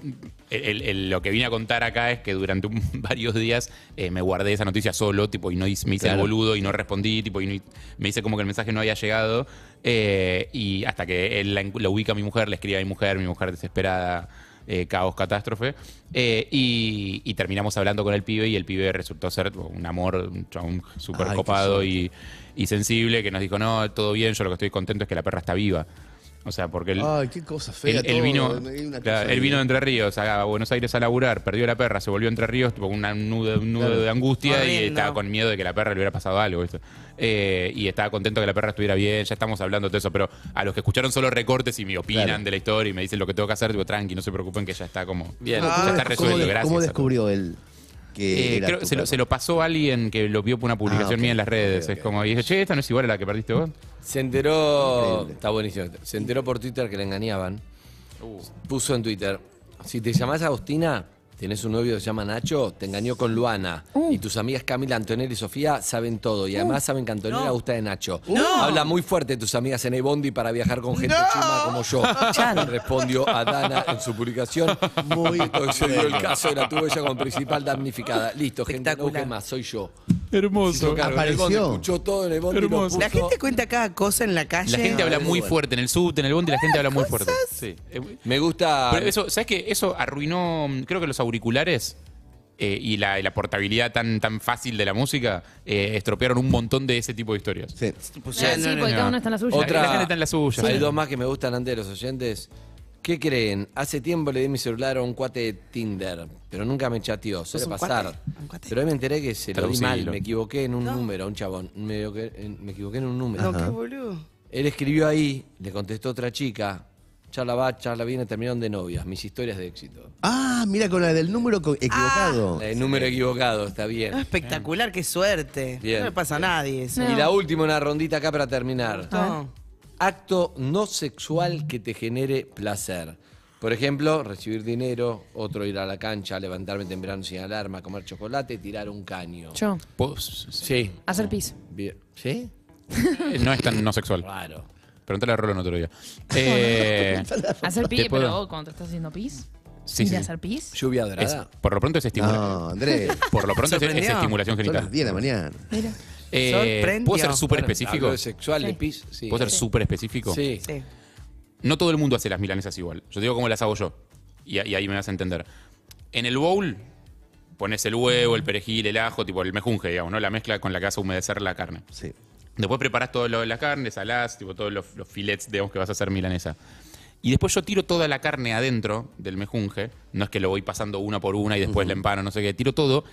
S12: el- el- lo que vine a contar acá es que durante un- varios días eh, me guardé esa noticia solo, tipo, y no hice, me hice
S8: Claro.
S12: el boludo y no respondí, tipo, y no hi- me hice como que el mensaje no había llegado. eh, y hasta que él la, encu- la ubica a mi mujer, le escribe a mi mujer, mi mujer desesperada. eh, caos, catástrofe. eh, y, y terminamos hablando con el pibe y el pibe resultó ser tipo, un amor, un chabón súper
S8: Ay, qué
S12: copado
S8: suerte.
S12: y, y sensible que nos dijo, no, todo bien, yo lo que estoy contento es que la perra está viva. O sea, porque él,
S11: Ay, qué cosa fea.
S12: él, él
S11: todo.
S12: vino,
S11: Hay una
S12: claro,
S11: cosa
S12: él
S11: ahí.
S12: vino de Entre Ríos a Buenos Aires a laburar, perdió la perra, se volvió a Entre Ríos, tipo una nudo- un nudo
S11: Claro.
S12: de angustia y
S11: Horrendo.
S12: estaba con miedo de que la perra le hubiera pasado algo. ¿viste? Eh, y estaba contento que la perra estuviera bien, ya estamos hablando de todo eso, pero a los que escucharon solo recortes y me opinan
S11: Claro.
S12: de la historia y me dicen lo que tengo que hacer, digo, tranqui, no se preocupen que ya está como...
S11: Bien.
S12: ya
S11: ¿Cómo,
S12: está
S11: cómo
S12: resuelto,
S11: Ah, de-
S12: gracias.
S11: cómo descubrió él que
S12: Eh,
S11: era
S12: creo-
S11: tu
S12: se, lo,
S11: perro? Ah,
S12: se lo pasó a alguien que lo vio por una publicación
S11: ok.
S12: mía en las redes. Es como, y dije, che, esta no es igual a la que perdiste vos.
S8: Se enteró. Está buenísimo. Se enteró por Twitter que la engañaban.
S9: Uh.
S8: Puso en Twitter: Si te llamás Agustina, tenés un novio que se llama Nacho, te engañó con Luana.
S9: Uh.
S8: Y tus amigas Camila, Antonella y Sofía saben todo. Y además saben que Antonella
S9: No.
S8: gusta de Nacho.
S9: Uh. No.
S8: Habla muy fuerte de tus amigas en Ebondi para viajar con gente
S9: No.
S8: chima como yo.
S9: Chan.
S8: Respondió a Dana en su publicación. Muy excedió el caso y la tuvo ella como principal damnificada. Listo, gente, no busquen más, soy yo.
S12: Hermoso.
S8: Apareció. Escuchó todo en el bondi. lo
S9: La
S8: puso. Ah,
S9: gente cuenta cada cosa en la calle.
S12: La gente habla muy fuerte en el subte, en el bondi, la gente habla muy fuerte. Sí. Eh,
S8: Me gusta.
S12: Pero eso, ¿sabes qué? Eso arruinó, mm, creo que los auriculares eh, y, la, y la portabilidad tan, tan fácil de la música eh, estropearon un montón de ese tipo de historias.
S11: Sí.
S10: Ah, sí, no, no, porque no. cada uno está en la suya.
S8: Otra,
S12: La gente está en la suya.
S8: Hay dos más que me gustan antes de los oyentes. ¿Qué creen? Hace tiempo le di mi celular a un cuate de Tinder, pero nunca me chateó. Suele
S12: ¿Sos un
S8: pasar.
S12: cuate?
S8: Pero hoy me enteré que se lo di
S12: Traducilo.
S8: mal. Me equivoqué en un número, un chabón. Me, equivoqué- en- me equivoqué en un número.
S9: No, qué boludo.
S8: Él escribió ahí, le contestó otra chica. Charla va, charla viene, terminaron de novias. Mis historias de éxito.
S11: Ah, mira, con la del número co- equivocado.
S8: El número equivocado, está bien.
S9: No, espectacular, qué suerte.
S8: Bien.
S9: No le pasa a nadie eso.
S8: Y la última, una rondita acá para terminar.
S9: No.
S8: Acto no sexual que te genere placer. Por ejemplo, recibir dinero, otro ir a la cancha, levantarme temprano sin alarma, comer chocolate, tirar un caño.
S10: Yo.
S8: Sí.
S10: Hacer pis.
S8: Bien. ¿Sí?
S12: Eh, No es tan no sexual.
S8: Claro.
S12: Preguntale a Rolón otro día. Eh,
S10: Hacer
S12: ¿te
S10: pis,
S12: puedo?
S10: pero vos cuando te estás haciendo pis.
S12: Sí,
S10: ir
S12: sí,
S10: a
S12: sí.
S10: hacer pis.
S8: Lluvia
S12: Es- por lo pronto es estimulación.
S11: No, Andrés.
S12: Por lo pronto es, es
S11: Sorprendió.
S12: estimulación
S11: Son
S12: genital.
S11: las 10 de la mañana.
S10: Mira.
S12: Eh,
S11: Sorprendió.
S12: ¿Puedo ser súper
S11: Bueno,
S12: específico?
S8: hablo de sexual, de Sí. pis, sí.
S12: ¿Puedo ser
S8: Sí.
S12: súper específico?
S8: Sí.
S12: No todo el mundo hace las milanesas igual. Yo te digo cómo las hago yo. Y, a- y ahí me vas a entender. En el bowl, pones el huevo, el perejil, el ajo, tipo el mejunje, digamos, ¿no? La mezcla con la que vas a humedecer la carne.
S11: Sí.
S12: Después preparás todo lo de la carne, salás, tipo todos los, los filets, digamos, que vas a hacer milanesa. Y después yo tiro toda la carne adentro del mejunje. No es que lo voy pasando una por una y después la empano, no sé qué. Tiro todo.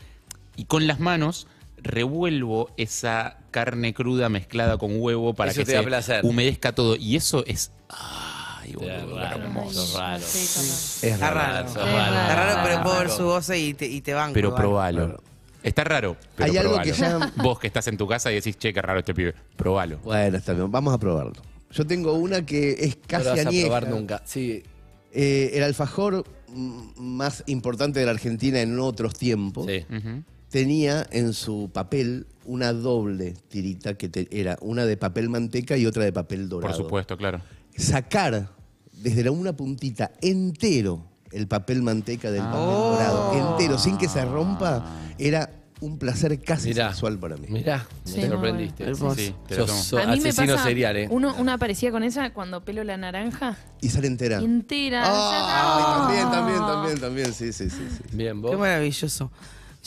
S12: Y con las manos revuelvo esa carne cruda mezclada con huevo para
S8: Eso
S12: que
S8: te da
S12: se
S8: placer.
S12: humedezca todo. Y eso es. Ay,
S8: Te da
S12: boludo, qué
S8: raro,
S12: hermoso.
S8: es raro.
S12: Es
S9: Está
S12: raro,
S9: raro.
S12: es
S9: Está
S12: raro.
S9: raro,
S12: Es raro,
S9: pero
S12: raro.
S9: puedo ver su goce y te, y te banco.
S12: Pero
S9: Banco.
S12: probalo. Está raro, pero
S11: Hay algo que
S12: probalo.
S11: ya-
S12: Vos que estás en tu casa y decís, che, qué raro este pibe. Probalo.
S11: Bueno, está bien, vamos a probarlo. Yo tengo una que es casi
S8: vas a
S11: añeja.
S8: probar nunca, sí.
S11: Eh, el alfajor mm, más importante de la Argentina en otros tiempos
S12: Ujú.
S11: tenía en su papel una doble tirita que te- era una de papel manteca y otra de papel dorado.
S12: Por supuesto, claro.
S11: Sacar desde la una puntita entero el papel manteca del papel dorado, entero, sin que se rompa, era un placer casi sexual para mí.
S8: Mirá, me
S10: Sí, muy
S8: sorprendiste.
S12: bueno. Sí, sí, te lo
S8: Sos,
S12: tomo.
S8: sos
S10: a mí me
S8: asesino
S10: pasa
S8: serial, ¿eh?
S10: uno- una parecida con esa cuando pelo la naranja
S11: Y sale entera.
S10: entera.
S11: Ah, también, también, también, también, sí, sí, sí. sí.
S8: Bien,
S9: Qué
S8: vos.
S9: maravilloso.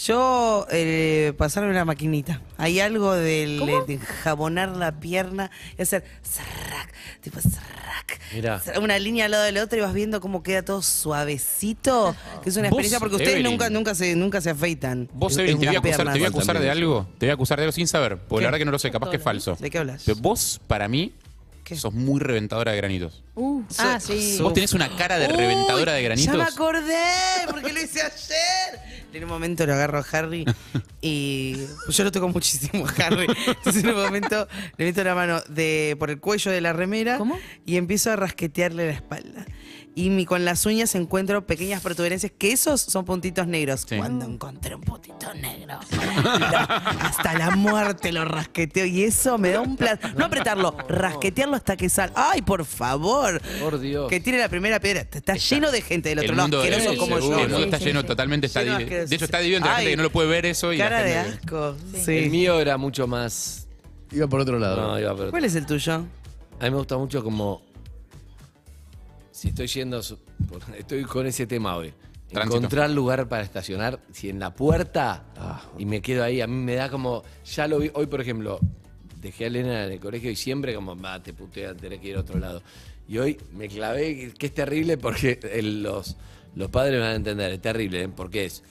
S9: Yo eh, pasarme una maquinita. Hay algo del eh, de jabonar la pierna y hacer zrac, tipo zrac.
S12: Ah.
S8: Mirá.
S9: Una línea al lado de la otra y vas viendo cómo queda todo suavecito. Que es una
S12: Vos,
S9: experiencia porque ustedes
S12: Evelyn.
S9: nunca, nunca se, nunca se afeitan.
S12: Vos,
S9: En-
S12: Evelyn,
S9: en
S12: te voy a
S9: las
S12: acusar, te voy a
S9: piernas.
S12: acusar de algo. Te voy a acusar de algo sin saber, porque la
S9: ¿Qué?
S12: verdad que no lo sé, capaz que es falso.
S9: ¿De qué hablas?
S12: Pero vos, para mí,
S9: ¿Qué?
S12: sos muy reventadora de granitos.
S10: Uh, ah, sí.
S12: Vos tenés una cara de reventadora de
S9: Ya me
S12: granitos.
S9: acordé, porque lo hice ayer. En un momento lo agarro a Harry y pues yo lo toco muchísimo a Harry. Entonces en un momento le meto la mano de, por el cuello de la remera
S10: ¿Cómo?
S9: y empiezo a rasquetearle la espalda. Y mi- con las uñas encuentro pequeñas protuberancias, que esos son puntitos negros.
S12: Sí. Mm.
S9: Cuando encontré un puntito negro, hasta la muerte lo rasqueteo. Y eso me da un placer. No apretarlo, rasquetearlo hasta que salga. ¡Ay, por favor!
S8: Por Dios.
S9: que tiene la primera piedra. Está, lleno de gente del otro
S12: El
S9: lado,
S12: mundo,
S9: asquerosos
S12: el-
S9: como
S12: el
S9: yo.
S12: mundo está
S10: Sí, sí,
S12: lleno,
S10: sí.
S12: totalmente está
S9: Lleno de
S12: dividido.
S9: asquerosos.
S12: De hecho, está dividido entre la
S9: Ay,
S12: gente que no lo puede ver eso y
S9: Cara
S12: la
S9: de
S12: gente que-
S9: asco. Sí.
S8: El mío era mucho más.
S11: Iba por otro lado.
S8: No, iba, pero.
S9: ¿Cuál es el tuyo?
S8: A mí me gusta mucho como. Si estoy yendo. su- por- Estoy con ese tema hoy.
S12: Tránsito.
S8: Encontrar lugar para estacionar. Si en la puerta. y me quedo ahí. A mí me da como. Ya lo vi. Hoy, por ejemplo, dejé a Elena en el colegio y siempre como. Va, te putean, tenés que ir a otro lado. Y hoy me clavé, que es terrible porque el- los, los padres me van a entender. Es terrible, ¿eh? porque es.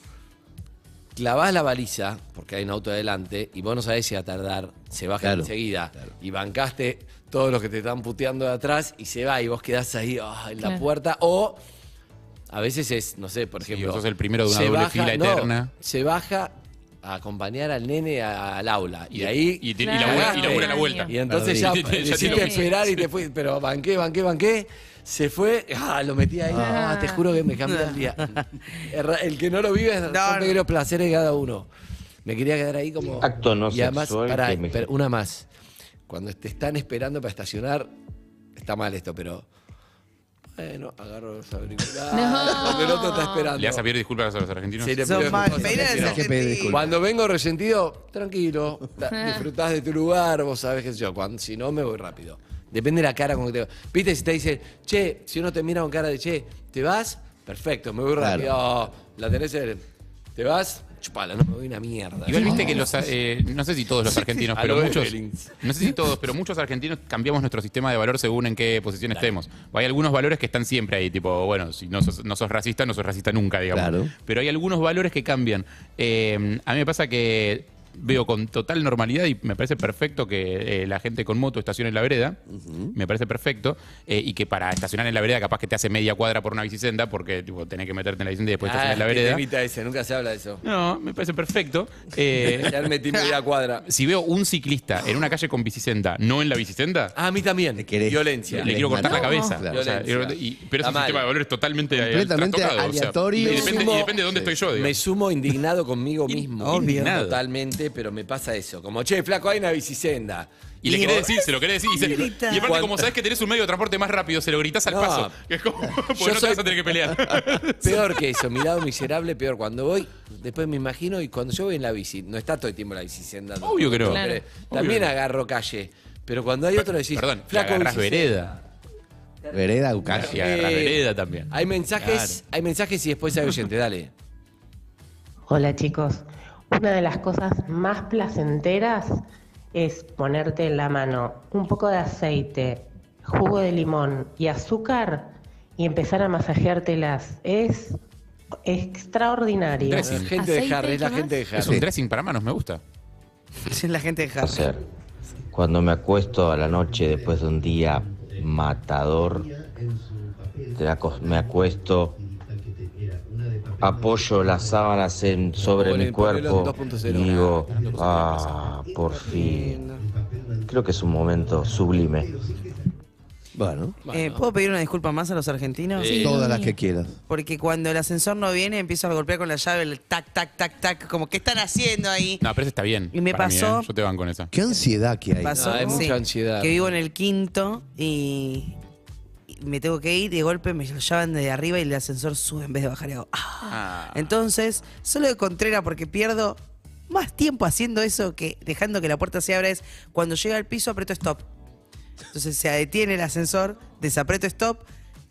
S8: clavás la baliza, porque hay un auto adelante, y vos no sabés si va a tardar, se baja
S11: Claro,
S8: enseguida. Y bancaste todos los que te están puteando de atrás y se va, y vos quedás ahí ah, en la
S10: Claro.
S8: puerza. O a veces es, no sé, por ejemplo.
S12: vos sos el primero de una doble fila
S8: no,
S12: eterna.
S8: se baja a acompañar al nene a- al aula. Y,
S12: Y-
S8: ahí.
S12: y- y labura- y labura la vuelta.
S8: Y entonces ya,
S12: Perdí. Ya
S8: le
S12: tiene
S8: hiciste
S12: como-
S8: esperar y te fuiste. Pero banqué, banqué, banqué. Se fue, ah, lo metí ahí. Ah, te juro que me cambió el día. Erra- El que no lo vive es son
S9: No, no.
S8: negros placeres de cada uno. Me quería quedar ahí como.
S17: Acto no
S8: Y además,
S17: sexual
S8: pará,
S17: que me-
S8: per- una más. Cuando te están esperando para estacionar, está mal esto, pero. Bueno, agarro los auriculares. Cuando el otro está esperando.
S12: Le vas a pedir disculpas a los argentinos.
S8: Sí, le
S9: Son
S8: pido
S9: más
S8: disculpas,
S9: peleas
S8: pero-
S11: Tenés que pedir disculpas.
S8: Cuando vengo resentido, tranquilo, ta- disfrutás de tu lugar, vos sabés qué sé yo. Cuando, si no, me voy rápido. Depende de la cara con que te vas. Viste, si te dicen, che, si uno te mira con cara de che, ¿te vas? Perfecto, me voy
S11: Claro.
S8: rápido. Oh, La tenés en- ¿Te vas? Chupala, no me voy una mierda.
S12: Igual viste que los, eh, no sé si todos los argentinos,
S8: A
S12: pero
S8: lo
S12: muchos,
S8: Evelyn.
S12: no sé si todos, pero muchos argentinos cambiamos nuestro sistema de valor según en qué posición estemos. Hay algunos valores que están siempre ahí, tipo, bueno, si no sos, no sos racista, no sos racista nunca, digamos.
S11: Claro.
S12: Pero hay algunos valores que cambian. Eh, a mí me pasa que veo con total normalidad y me parece perfecto que eh, la gente con moto estacione en la vereda. Me parece perfecto. Eh, y que para estacionar en la vereda capaz que te hace media cuadra por una bicisenda porque tipo, tenés que meterte en la bicisenda y después
S8: Ah,
S12: estacionar en la
S8: que te
S12: vereda.
S8: evita ese, nunca se habla de eso.
S12: No, me parece perfecto. Eh,
S8: Ya metí media cuadra.
S12: si veo un ciclista en una calle con bicicenda, no en la bicicenda,
S8: Ah, a mí también.
S11: Te querés-
S8: Violencia.
S11: te
S12: le
S11: les
S12: quiero cortar la
S11: mato.
S12: cabeza.
S11: Claro.
S12: O sea,
S8: Violencia.
S12: y- pero
S8: Está
S12: es un
S8: mal.
S12: sistema de valores totalmente
S11: Completamente
S12: trastocado, o sea,
S11: aleatorio.
S12: y, depende, y depende de dónde
S11: Sí.
S12: estoy yo. digo.
S8: Me sumo indignado conmigo mismo.
S9: obvio.
S8: Indignado. Totalmente, pero me pasa eso. Como, che, flaco, hay una bicicenda.
S12: Y le querés decir, se lo querés decir. Y, se-
S9: Y grita.
S12: y aparte,
S8: Cuando-
S12: como sabes que tenés un medio de transporte más rápido, se lo gritas al
S8: No.
S12: paso. Que es como, pues
S8: Yo
S12: no te
S8: soy-
S12: vas a tener que pelear.
S8: Peor que eso, mi lado miserable, peor. Cuando voy, después me imagino, y cuando yo voy en la bici, no está todo el tiempo la bicicenda.
S12: Obvio que
S8: Pero
S12: no. Claro.
S8: También
S12: Obvio.
S8: agarro calle. Pero cuando hay otro decís,
S12: Perdón,
S8: flaco,
S12: flaco agarrás
S8: bicicenda. Eh,
S12: vereda.
S11: Vereda o calle.
S12: Y agarrás vereda también.
S8: Hay mensajes, hay mensajes y después hay oyente, dale.
S18: Hola chicos, una de las cosas más placenteras es ponerte en la mano un poco de aceite, jugo de limón y azúcar y empezar a masajeártelas. Es
S13: Eh,
S18: extraordinario.
S8: Es gente de Harry, es la gente de Harry.
S12: Es un dressing para manos, me gusta.
S13: Es la gente de Harry.
S1: hacer. Cuando me acuesto a la noche después de un día matador, te acos- me acuesto, apoyo las sábanas en, sobre mi cuerpo y digo, ah, por fin. Creo que es un momento sublime.
S11: Bueno.
S13: Eh, ¿Puedo pedir una disculpa más a los argentinos?
S9: Eh,
S11: Sí. Todas las que quieras.
S13: Porque cuando el ascensor no viene, empiezo a golpear con la llave el tac, tac, tac, tac. Como, ¿qué están haciendo ahí?
S12: No, pero eso está bien.
S13: Y me
S12: para mí,
S13: pasó-
S12: ¿eh? Yo te van con esa.
S11: Qué ansiedad que hay.
S8: Ah,
S12: Ah,
S13: Pasó, sí, Que vivo en el quinto y, y me tengo que ir y de golpe me lo llevan de arriba y el ascensor sube en vez de bajar y hago, ah. Entonces, solo de contrera porque pierdo más tiempo haciendo eso que dejando que la puerta se abra es cuando llega al piso aprieto stop. Entonces se detiene el ascensor, desaprieto stop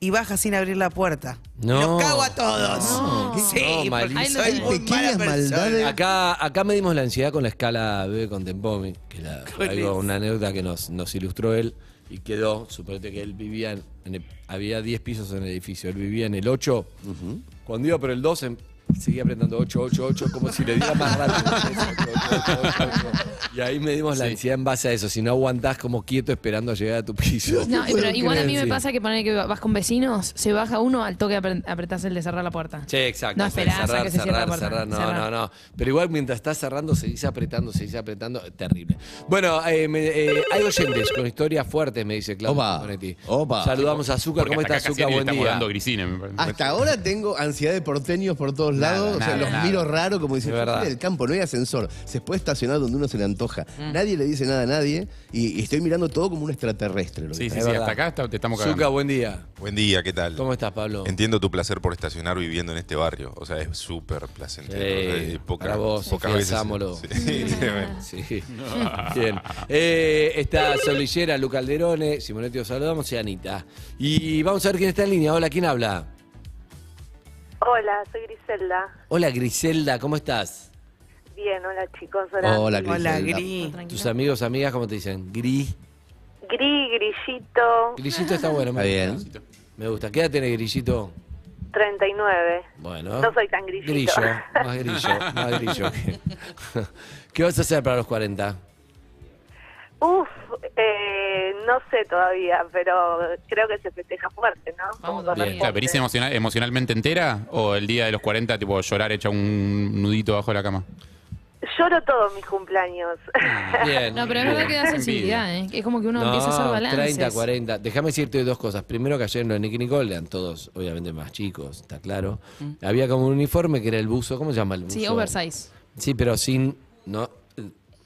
S13: y baja sin abrir la puerta.
S8: No.
S13: Los cago a todos.
S8: No.
S13: Sí, porque
S8: No, malísimo.
S13: soy muy mala persona.
S8: Acá, acá medimos la ansiedad con la escala B con Tempomi, que la-
S13: ¿Cuál
S8: algo-
S13: es?
S8: una anécdota que nos, nos ilustró él y quedó, suponete que él vivía, en, en el- había 10 pisos en el edificio, él vivía en el 8, cuando iba por el 2 em- seguía apretando 8, 8, 8, como si le diera más rápido. Ocho, ocho, ocho, ocho, ocho. Y ahí medimos la ansiedad en base a eso, si no aguantás como quieto esperando a llegar a tu piso.
S10: No, pero igual a mí me
S8: Sí.
S10: pasa que poner que vas con vecinos, se baja uno al toque apre- apretás el de cerrar la puerta.
S8: Sí, exacto.
S10: No
S8: O sea,
S10: esperás a
S8: cerrar,
S10: que se cierre la
S8: cerrar,
S10: puerta.
S8: cerrar. No,
S10: Cerrar.
S8: no, no. Pero igual mientras estás cerrando, seguís apretando, seguís apretando. Terrible. Bueno, eh, me- eh, hay oyentes con historias fuertes, me dice Claudio
S11: Opa,
S8: Simonetti.
S11: opa.
S8: Saludamos a Azúcar.
S12: Porque
S8: ¿Cómo
S12: hasta
S8: estás,
S12: acá
S8: Azúcar?
S12: Cassiani
S8: Buen
S12: estamos
S8: día.
S12: dando grisines, me parece.
S11: Hasta ahora tengo ansiedad de porteños por todos
S12: Nada,
S11: lados. o sea,
S12: nada,
S11: los
S12: nada.
S11: miro raro como dicen,
S12: Es verdad.
S11: el campo, no hay ascensor. Se puede estacionar donde uno se le antoja.
S8: Mm.
S11: Nadie le dice nada a nadie. Y, y estoy mirando todo como un extraterrestre. Lo que
S12: Sí,
S11: está.
S12: sí,
S11: Es
S12: sí.
S11: verdad.
S12: Hasta acá está- te estamos
S8: Azúcar,
S12: cagando.
S8: buen día.
S2: Buen día, ¿qué tal?
S8: ¿Cómo estás, Pablo?
S2: Entiendo tu placer por estacionar viviendo en este barrio. O sea, es súper placentero.
S8: Sí,
S2: Eh, poca-
S8: para vos,
S2: pocas veces-
S8: afianzámoslo.
S2: Sí, tremendo.
S8: Sí. Bien. Eh, está Solillera, Luca Alderone, Simonetti, os saludamos y Anita. Y vamos a ver quién está en línea. Hola, ¿quién habla?
S19: Hola, soy Griselda.
S8: Hola, Griselda, ¿cómo estás?
S19: Bien, hola chicos.
S8: ¿Tus amigos, amigas, cómo te dicen? Gris.
S19: Gris, grillito,
S8: Grillito está bueno. me gusta. Me gusta. ¿Qué edad tiene Grillito?
S19: 39.
S8: Bueno.
S19: No soy tan grillito.
S8: Grillo, más grillo, más grillo. ¿Qué vas a hacer para los 40?
S19: Uf, eh, no sé todavía, pero creo que se festeja fuerte, ¿no? Como
S12: Bien. Claro, ¿Venís emociona- emocionalmente entera o el día de los 40, tipo llorar hecha un nudito bajo la cama?
S19: corresponde. Lloro todos mis cumpleaños.
S8: Ah, Bien.
S10: No, pero es verdad que da sensibilidad, ¿eh? Es como que uno empieza a hacer balances.
S8: 30, 40. Déjame decirte dos cosas. Primero que ayer en los Nicky Nicole eran todos, obviamente, más chicos, está claro. Había como un uniforme que era el buzo, ¿cómo se llama el buzo?
S10: Mm. Sí, oversize.
S8: Sí, pero sin, no,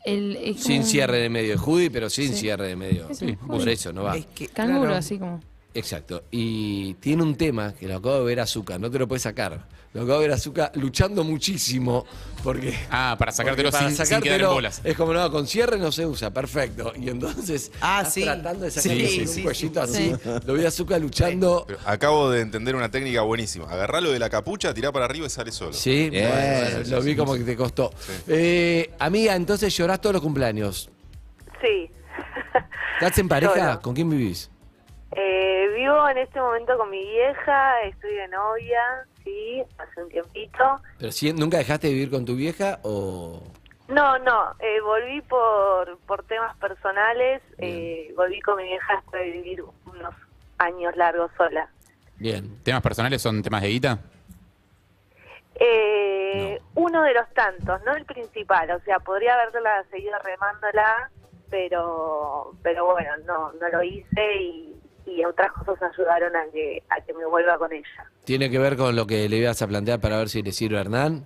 S10: El, es como
S8: sin
S10: un
S8: cierre de medio. Judy, pero sin
S10: Sí.
S8: cierre de medio.
S10: Es un hoodie.
S8: Por eso no va.
S10: Canguro, así como.
S8: Exacto. Y tiene un tema que lo acabo de ver Azúcar, no te lo puedes sacar. Lo acabo de ver Azúcar luchando muchísimo porque.
S12: Ah, para sacártelo
S8: porque para
S12: sin- sin
S8: sacártelo
S12: quedar en bolas.
S8: Es como no, con cierre no se usa, perfecto. Y entonces estás tratando de sacar
S2: Ah, Sí,
S8: un
S2: sí,
S8: cuellito
S2: sí.
S8: así.
S2: Sí.
S8: Lo vi a Azúcar luchando.
S2: Pero acabo de entender una técnica buenísima. Agarralo de la capucha, tirá para arriba y sale solo.
S8: Sí,
S2: Bien.
S8: bueno, lo vi como que te costó. Eh, amiga, entonces llorás todos los cumpleaños.
S19: Sí.
S8: ¿Estás en pareja? ¿Con quién vivís?
S19: Eh, vivo en este momento con mi vieja, estoy de novia, sí, hace un tiempito.
S8: ¿Pero si, nunca dejaste de vivir con tu vieja o.?
S19: No, no, eh, volví por, por temas personales, eh, volví con mi vieja hasta vivir unos años largos sola.
S8: Bien.
S12: ¿Temas personales son temas de guita?
S19: Eh, Uno de los tantos, no el principal, o sea, podría haberla seguido remándola, pero, pero bueno, no, no lo hice y, y otras cosas ayudaron a que, a que me vuelva con ella.
S8: ¿Tiene que ver con lo que le ibas a plantear para ver si le sirve a Hernán?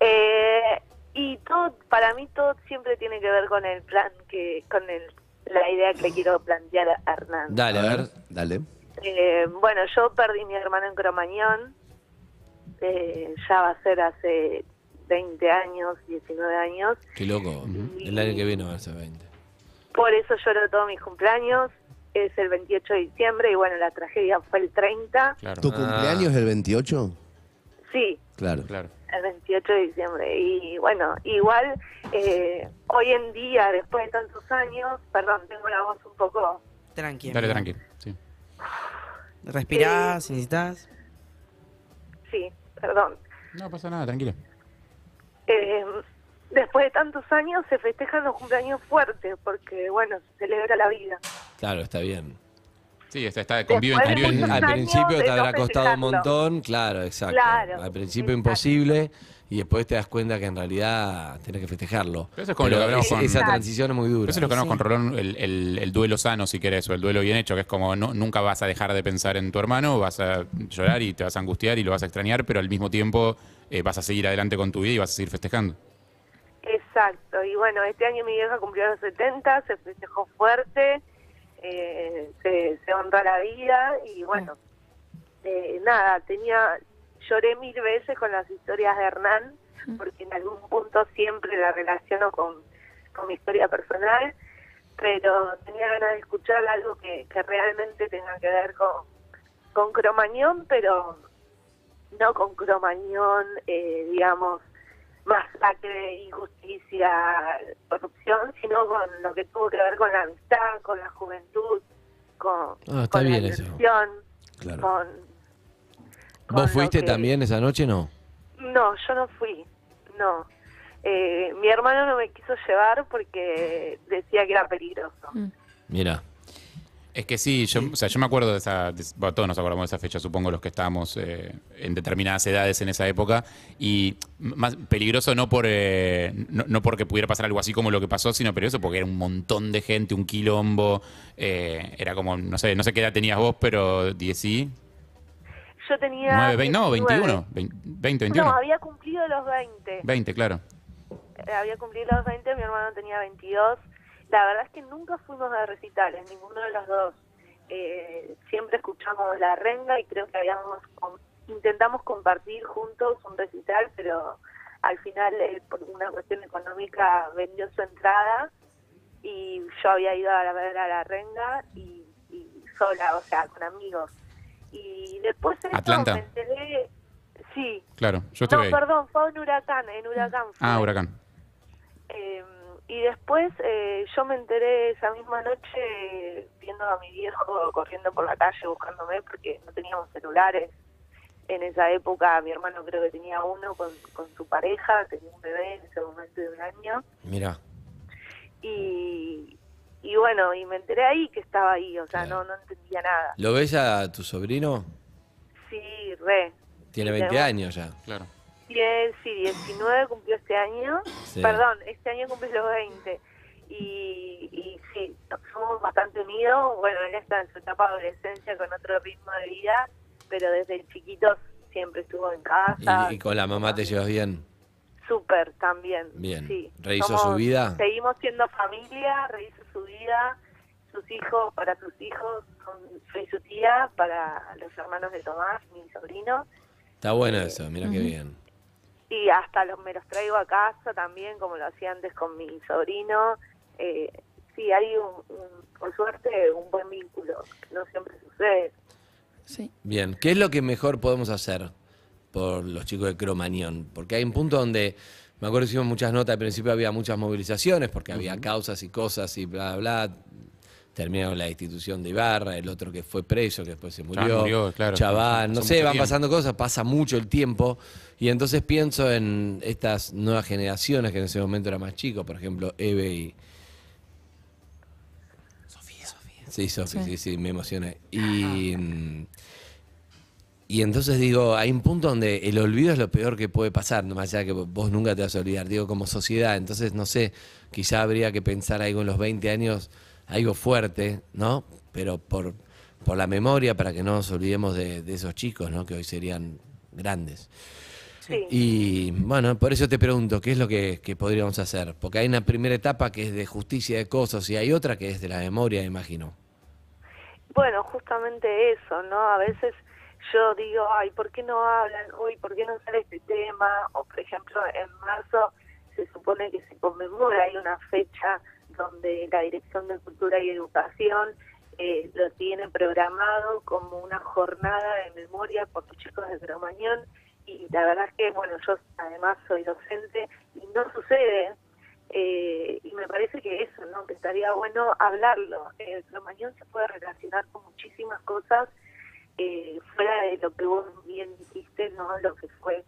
S19: Eh, y todo, para mí todo siempre tiene que ver con el plan que, con el, la idea que le quiero plantear a Hernán.
S8: Dale, a ver.
S11: Dale.
S19: Eh, bueno, yo perdí a mi hermano en Cromañón, eh, ya va a ser hace 20 años, 19 años,
S8: Qué loco. El año que viene va a ser 20.
S19: por eso lloro todos mis cumpleaños, es el 28 de diciembre y bueno, la tragedia fue el 30,
S12: Ah.
S11: ¿Tu cumpleaños es el 28?
S19: sí,
S11: Claro.
S12: Claro.
S19: el 28 de diciembre. Y bueno, igual eh, hoy en día, después de tantos años, perdón, tengo la voz un poco...
S13: Tranqui.
S12: Dale,
S13: amiga.
S12: tranqui. Sí.
S13: Respirá, si necesitas.
S19: Sí, perdón.
S12: No pasa nada, tranquilo.
S19: Eh, después de tantos años se festejan los cumpleaños fuertes, porque bueno, se celebra la vida.
S8: Claro, está bien.
S12: Sí, está, está conviven,
S19: Después de
S12: conviven.
S19: muchos
S8: Al
S19: años
S8: principio
S19: de
S8: te
S19: no
S8: habrá costado un
S19: festejarlo.
S8: montón, claro, exacto.
S19: Claro,
S8: Al principio imposible y después te das cuenta que en realidad tenés que festejarlo.
S12: Pero eso es como lo que hablamos
S8: ese-
S12: con-
S8: Esa transición es muy dura.
S12: Pero Eso es lo que hablamos
S8: Sí.
S12: con Rolón, el, el- el duelo sano, si querés, o el duelo bien hecho, que es como no, nunca vas a dejar de pensar en tu hermano, vas a llorar y te vas a angustiar y lo vas a extrañar, pero al mismo tiempo eh, vas a seguir adelante con tu vida y vas a seguir festejando.
S19: Exacto, y bueno, este año mi vieja cumplió los 70, se festejó fuerte, eh, se, se honró la vida y bueno, eh, nada, tenía, lloré mil veces con las historias de Hernán, porque en algún punto siempre la relaciono con, con mi historia personal, pero tenía ganas de escuchar algo que, que realmente tenga que ver con, con Cromañón, pero no con Cromañón, eh, digamos, masacre, injusticia, corrupción, sino con lo que tuvo que ver con la amistad, con la juventud, con,
S8: Ah, está
S19: con la
S8: bien eso.
S19: diversión,
S8: Claro.
S19: con...
S8: ¿Vos fuiste
S19: que-
S8: también esa noche, no?
S19: No, yo no fui, no. Eh, mi hermano no me quiso llevar porque decía que era peligroso.
S8: Mira.
S12: Es que sí, yo, o sea, yo me acuerdo de esa. de- bueno, todos nos acordamos de esa fecha, supongo, los que estábamos eh, en determinadas edades en esa época. Y m- más peligroso no por eh, no, no porque pudiera pasar algo así como lo que pasó, sino peligroso porque era un montón de gente, un quilombo. eh, era como, no sé, no sé qué edad tenías vos, pero 10 y.
S19: Yo tenía...
S12: 9, 20, no,
S19: 19.
S12: 21. 20, 21.
S19: No, había cumplido los 20.
S12: 20, claro.
S19: Eh, había cumplido los 20, mi hermano tenía 22. La verdad es que nunca fuimos a recitales, ninguno de los dos. Eh, siempre escuchamos la renga y creo que habíamos com- intentamos compartir juntos un recital, pero al final él, por una cuestión económica vendió su entrada y yo había ido a la, ver a la renga y, y sola, o sea, con amigos. Y después de eso
S12: Atlanta.
S19: me enteré, sí,
S12: Claro, yo
S19: no,
S12: estuve ahí.
S19: perdón, fue en Huracán, en Huracán. fue.
S12: Ah, huracán.
S19: Eh, y después eh, yo me enteré esa misma noche viendo a mi viejo corriendo por la calle buscándome porque no teníamos celulares. En esa época mi hermano creo que tenía uno con, con su pareja, tenía un bebé en ese momento de un año.
S8: Mira.
S19: Y, y bueno, y me enteré ahí que estaba ahí, o sea, no, no entendía nada.
S8: ¿Lo ves a tu sobrino?
S19: Sí, re.
S8: Tiene
S19: Sí,
S8: 20
S19: tenemos-
S8: años ya.
S12: Claro.
S19: Bien, sí, 19 cumplió este año.
S8: Sí.
S19: Perdón, este año cumplió los 20. Y, y sí, somos bastante unidos. Bueno, él está en su etapa de adolescencia con otro ritmo de vida, pero desde chiquitos siempre estuvo en casa.
S8: Y, y con la mamá te llevas bien.
S19: Súper también.
S8: Bien.
S19: Sí.
S8: ¿Rehizo
S19: Somos-
S8: su vida?
S19: Seguimos siendo familia, rehizo su vida. Sus hijos, para sus hijos, son- soy su tía, para los hermanos de Tomás, mi sobrino.
S8: Está bueno
S19: eh,
S8: eso, mira qué bien.
S19: Y hasta los me los traigo a casa también, como lo hacía antes con mi sobrino. Eh, sí, hay, un, un- por suerte, un buen vínculo. que No siempre sucede.
S8: Bien, ¿qué es lo que mejor podemos hacer por los chicos de Cromañón? Porque hay un punto donde, me acuerdo que hicimos muchas notas, al principio había muchas movilizaciones, porque había causas y cosas y bla, bla, bla. Terminaron la institución de Ibarra, el otro que fue preso, que después se murió,
S12: murió, claro.
S8: Chabán, no
S12: Pasó
S8: sé,
S12: mucho
S8: van
S12: tiempo.
S8: pasando cosas, pasa mucho el tiempo. Y entonces pienso en estas nuevas generaciones que en ese momento eran más chicos, por ejemplo, Eve y... Sofía, Sofía. Sí, Sofía, sí,
S7: Sí.
S8: sí, me emocioné. Y... mm, y entonces digo, hay un punto donde el olvido es lo peor que puede pasar, más allá de que vos nunca te vas a olvidar, digo, como sociedad. Entonces, no sé, quizá habría que pensar algo en los 20 años, algo fuerte, ¿no? Pero por, por la memoria, para que no nos olvidemos de, de esos chicos, ¿no? Que hoy serían grandes.
S19: Sí.
S8: Y bueno, por eso te pregunto, ¿qué es lo que, que podríamos hacer? Porque hay una primera etapa que es de justicia de cosas y hay otra que es de la memoria, imagino.
S19: Bueno, justamente eso, ¿no? A veces yo digo, ay, ¿por qué no hablan? Uy, ¿por qué no sale este tema? O, por ejemplo, en marzo se supone que se conmemora, hay una fecha donde la Dirección de Cultura y Educación eh, lo tiene programado como una jornada de memoria por los chicos de Cromañón y la verdad es que, bueno, yo además soy docente y no sucede. eh, y me parece que eso, ¿no? Que estaría bueno hablarlo. El cromañón se puede relacionar con muchísimas cosas eh, fuera de lo que vos bien dijiste, ¿no? Lo que fue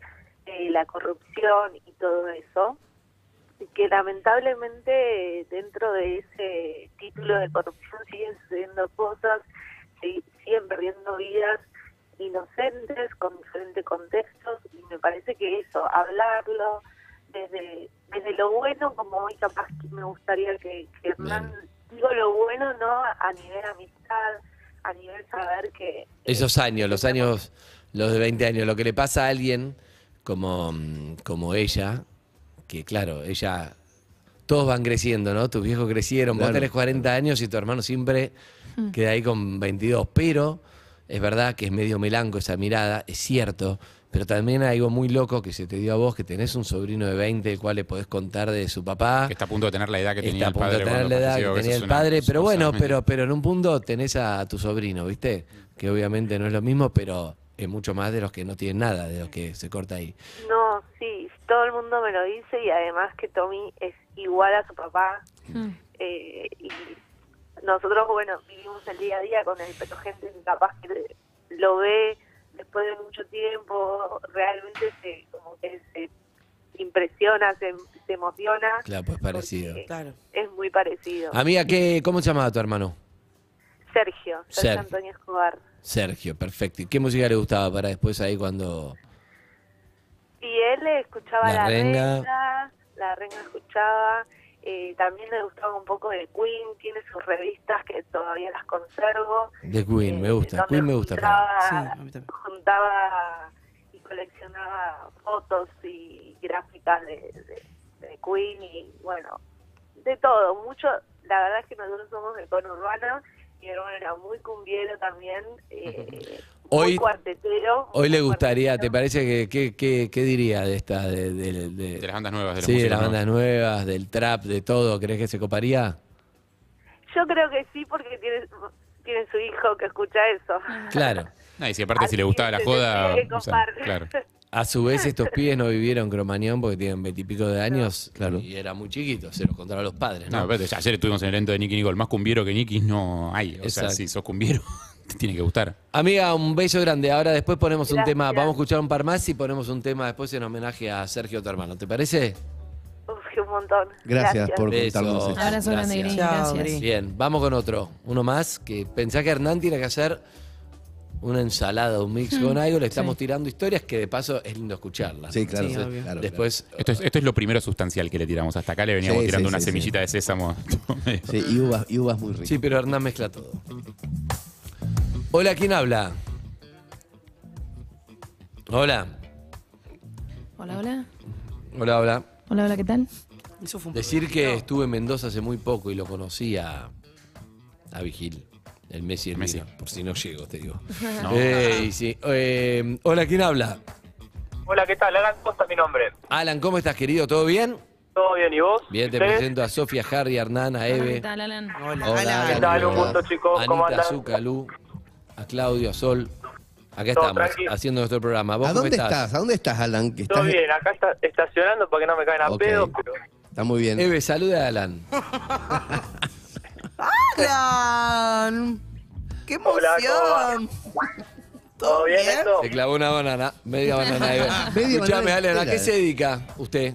S19: eh, la corrupción y todo eso. Y que lamentablemente eh, dentro de ese título de corrupción siguen sucediendo cosas, sig- siguen perdiendo vidas inocentes con diferentes contextos y me parece que eso, hablarlo desde, desde lo bueno, como hoy capaz que me gustaría que, que Hernán, digo lo bueno, ¿no? A nivel amistad, a nivel saber que
S8: Esos años, los años, los de 20 años, lo que le pasa a alguien como, mm, como ella, que claro, ella, todos van creciendo, ¿no? Tus viejos crecieron,
S11: Claro.
S8: vos tenés 40 años y tu hermano siempre
S11: Mm.
S8: queda ahí con 22, pero es verdad que es medio melanco esa mirada, es cierto, pero también hay algo muy loco que se te dio a vos, que tenés un sobrino de 20, el cual le podés contar de su papá. Que
S12: está a punto de tener la edad que
S8: Está
S12: tenía
S8: a
S12: el
S8: punto
S12: padre
S8: de tener
S12: cuando
S8: la edad
S12: falleció,
S8: que
S12: que
S8: tenía el
S12: eso es una-
S8: padre, pero
S12: es
S8: bueno,
S12: una-
S8: pero, pero en un punto tenés a tu sobrino, ¿viste? Que obviamente no es lo mismo, pero es mucho más de los que no tienen nada, de los que se corta ahí.
S19: No, sí, todo el mundo me lo dice y además que Tommy es igual a su papá.
S11: Mm.
S19: Eh, y nosotros, bueno, vivimos el día a día con él, pero gente que capaz que lo ve después de mucho tiempo, realmente se, como que se impresiona, se, se emociona.
S8: Claro, pues parecido.
S19: porque Es muy parecido.
S8: Amiga, ¿qué, ¿cómo se llamaba tu hermano?
S19: Sergio, Sergio
S8: Ser-
S19: Antonio Escobar.
S8: Sergio, perfecto. ¿Y qué música le gustaba para después ahí cuando...
S19: Y él escuchaba
S8: La
S19: la,
S8: Renga.
S19: renga. la renga escuchaba, eh, también le gustaba un poco de Queen, tiene sus revistas que todavía las conservo,
S8: De Queen, me gusta.
S19: donde
S8: Queen me gusta.
S19: juntaba, juntaba y coleccionaba fotos y gráficas de, de- de Queen y bueno, de todo, mucho, la verdad es que nosotros somos de conurbano, mi hermano era muy cumbiero también, eh, muy
S8: Hoy,
S19: cuartetero,
S8: hoy le gustaría, ¿te parece que qué, qué- qué diría de esta... De, de- de-
S12: De las bandas nuevas, de la
S8: sí, de
S12: música
S8: las
S12: nueva.
S8: bandas nuevas, del trap, de todo? ¿Crees que se coparía?
S19: Yo creo que sí, porque tiene, tiene su hijo que escucha eso.
S8: Claro.
S12: Ah, y si aparte si le gustaba la
S19: Se
S12: joda,
S19: tiene que
S12: o sea,
S19: compar.
S12: claro.
S8: A su vez, estos pibes no vivieron Cromañón porque tienen veintipico de años y era muy chiquito, se los contaron a los padres,
S12: No,
S8: ¿no?
S12: pero ayer estuvimos en el evento de Nicky Nicole, más cumbiero que Nicky no hay. O sea,
S8: Exacto.
S12: si sos cumbiero, te tiene que gustar.
S8: Amiga, un beso grande. Ahora después ponemos un
S12: Gracias.
S8: tema, vamos a escuchar un par más y ponemos un tema después en homenaje a Sergio, tu hermano. ¿Te parece?
S19: Uf, un montón.
S8: Beso.
S11: contarnos esto.
S10: Abrazo grande, Gris, Chao, gracias. Gris.
S8: Bien, vamos con otro. Uno más que pensá que Hernán tiene que hacer una ensalada, un mix
S12: Hmm,
S8: con algo. Le estamos
S12: sí.
S8: tirando historias que de paso es lindo escucharlas.
S11: Sí, claro, Sí, sí, obvio.
S8: Claro, Después,
S12: Esto es, esto es lo primero sustancial que le tiramos. Hasta acá le veníamos
S11: Sí,
S12: tirando
S11: sí,
S12: una
S11: sí,
S12: semillita de sésamo.
S11: Sí, y uvas, y uvas muy ricas.
S8: Sí, pero Hernán mezcla todo. Hola, ¿quién habla? Hola,
S10: Hola, hola.
S8: hola, hola.
S10: Hola, hola, ¿qué tal?
S8: Decir que estuve en Mendoza hace muy poco y lo conocí a, a Vigil, el Messi del Messi. por si no llego, te digo.
S7: No.
S8: Eh, y sí, eh, hola, ¿quién habla?
S7: Hola, ¿qué tal? Alan Costa, mi nombre.
S8: Alan, ¿cómo estás, querido? ¿Todo bien?
S7: ¿Todo bien? ¿Y vos?
S8: Bien, te
S7: ¿Ustedes?
S8: presento a Sofía, Harry, a Hernán, a
S10: ¿Qué
S8: Eve,
S10: tal, Alan?
S8: Hola,
S7: ¿Qué tal? Un
S8: hola.
S7: gusto, chicos. ¿Cómo
S8: Anita,
S7: andan?
S8: Zucca, Lu, a Claudio, a Sol. Acá
S7: Todo
S8: estamos,
S7: tranquilo.
S8: haciendo nuestro programa. ¿Vos
S11: ¿A
S8: cómo
S11: dónde estás? ¿A dónde estás, Alan? Que
S7: Todo
S11: estás-
S7: bien, acá está estacionando para que no me caigan a
S11: Ok.
S7: pedo, pero
S11: Está muy bien.
S8: Eve, saluda a Alan.
S13: ¡Alan! ¡Qué
S7: Hola, ¿cómo va?
S13: emoción!
S7: ¿Todo bien esto?
S8: Te clavó una banana, media banana. Eve.
S7: Media
S8: Escuchame,
S7: banana
S8: Alan, ¿a qué
S7: entera.
S8: se dedica usted?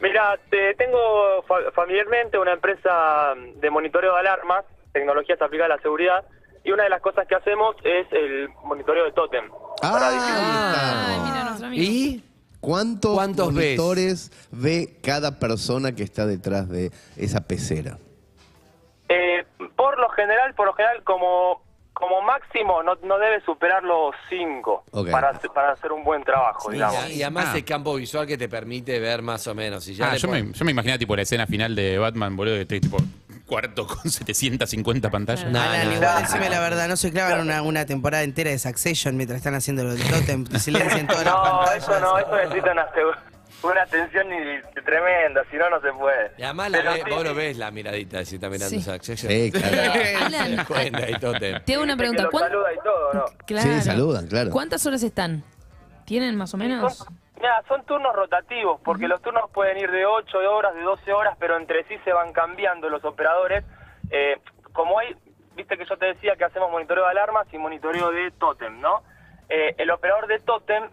S7: Mira, te- tengo fa- familiarmente una empresa de monitoreo de alarmas, tecnologías aplicadas a la seguridad, y una de las cosas que hacemos es el monitoreo de tótem.
S8: ¿Y
S11: cuántos,
S8: Ah. ¿Cuántos ves?
S11: monitores ve cada persona que está detrás de esa pecera?
S7: Eh, por lo general, por lo general, como como máximo no, no debe superar los cinco
S11: Ok.
S7: para, para hacer un buen trabajo, digamos.
S8: Y además
S12: Ah.
S8: el campo visual que te permite ver más o menos. Y ya
S12: Ah,
S8: le
S12: yo
S8: pon-
S12: me, yo me imaginaba tipo la escena final de Batman, boludo, que estoy tipo cuarto con 750 pantallas. Ah,
S13: Alan, igual, decime la verdad, no se clavan una, una temporada entera de Succession mientras están haciendo lo del totem, te silencian todas las
S7: No,
S13: pantallas.
S7: eso no, eso necesita una, segu- una atención y- tremenda, si no, no se puede.
S8: Y además la
S7: Pero
S8: ve-
S7: sí,
S8: vos lo ves la miradita si está mirando
S10: Sí.
S8: Succession.
S11: Sí, claro.
S8: Se da cuenta, y todo te-
S10: Te hago una pregunta. ¿Cuán-
S7: saluda y todo, ¿no?
S10: Claro.
S11: Sí, saludan, claro.
S10: ¿Cuántas horas están? ¿Tienen más o menos?
S7: Nada, son turnos rotativos, porque los turnos pueden ir de 8 horas, de 12 horas, pero entre sí se van cambiando los operadores. Eh, como hay, viste que yo te decía que hacemos monitoreo de alarmas y monitoreo de tótem, ¿no? Eh, el operador de tótem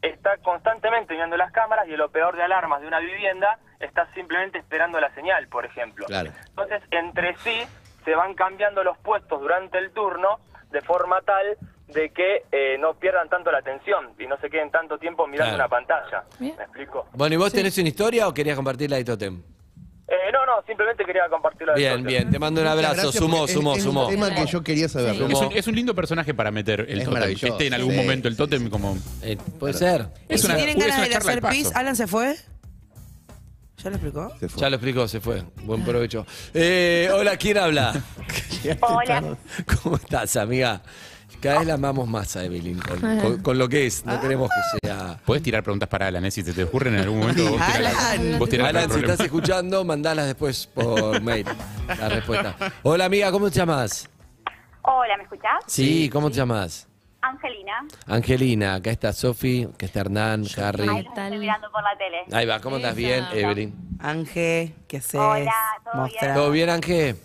S7: está constantemente mirando las cámaras y el operador de alarmas de una vivienda está simplemente esperando la señal, por ejemplo.
S11: Claro.
S7: Entonces, entre sí se van cambiando los puestos durante el turno de forma tal de que eh, no pierdan tanto la atención y no se queden tanto tiempo mirando
S8: Claro.
S7: una pantalla. ¿Me explico?
S8: Bueno, ¿y vos tenés una historia o querías compartirla de Totem?
S7: Eh, no, no, simplemente quería compartirlo.
S8: Bien, bien, te mando un
S11: Muchas
S8: abrazo.
S11: gracias,
S8: sumó,
S11: porque
S8: sumó,
S11: es- es
S8: sumó.
S11: un tema que yo quería saber.
S12: Es un, es un lindo personaje para meter el
S11: Es
S12: tótem.
S11: maravilloso.
S12: Viste en algún
S11: Sí,
S12: momento el tótem como...
S8: Eh, puede ser.
S9: Y si tienen
S12: es
S9: ganas
S12: una
S9: de ir a
S12: charla al
S9: hacer pis,
S12: paso.
S9: ¿Alan se fue? ¿Ya lo explicó?
S8: Ya lo explicó, se fue. Buen provecho. Eh, hola, ¿quién habla?
S4: Hola.
S8: ¿Cómo estás, amiga? Cada vez la amamos más a Evelyn, con, con- con lo que es. No queremos que sea...
S12: Puedes tirar preguntas para Alan, eh, si se te ocurren en algún momento. Vos tirás, vos tirás
S8: Alan,
S12: no
S8: si
S12: hay problema.
S8: estás escuchando, mandalas después por mail la respuesta. Hola, amiga, ¿cómo te llamas?
S4: Hola, ¿me escuchás?
S8: Sí, ¿cómo te llamas?
S4: Angelina.
S8: Angelina, acá está Sofi, acá está Hernán,
S4: Ay,
S8: Harry.
S4: los estoy mirando por la tele.
S8: Ahí va, ¿cómo estás? Bien, Evelyn.
S9: Ángel, ¿qué haces?
S4: Hola, ¿todo
S9: Mostrá.
S8: ¿Todo bien, Ángel?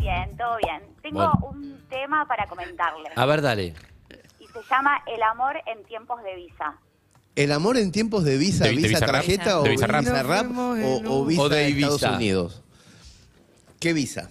S4: Bien, todo bien. Tengo
S8: Bueno.
S4: un tema para comentarles
S8: A ver, dale.
S4: y se llama El amor en tiempos de visa.
S11: ¿El amor en tiempos de visa,
S12: De- de
S11: visa,
S12: Bizarrap.
S11: tarjeta o
S12: De
S11: visa
S12: Bizarrap.
S11: rap o, o visa
S8: O de
S11: de Estados
S8: Ibiza.
S11: Unidos? ¿Qué visa?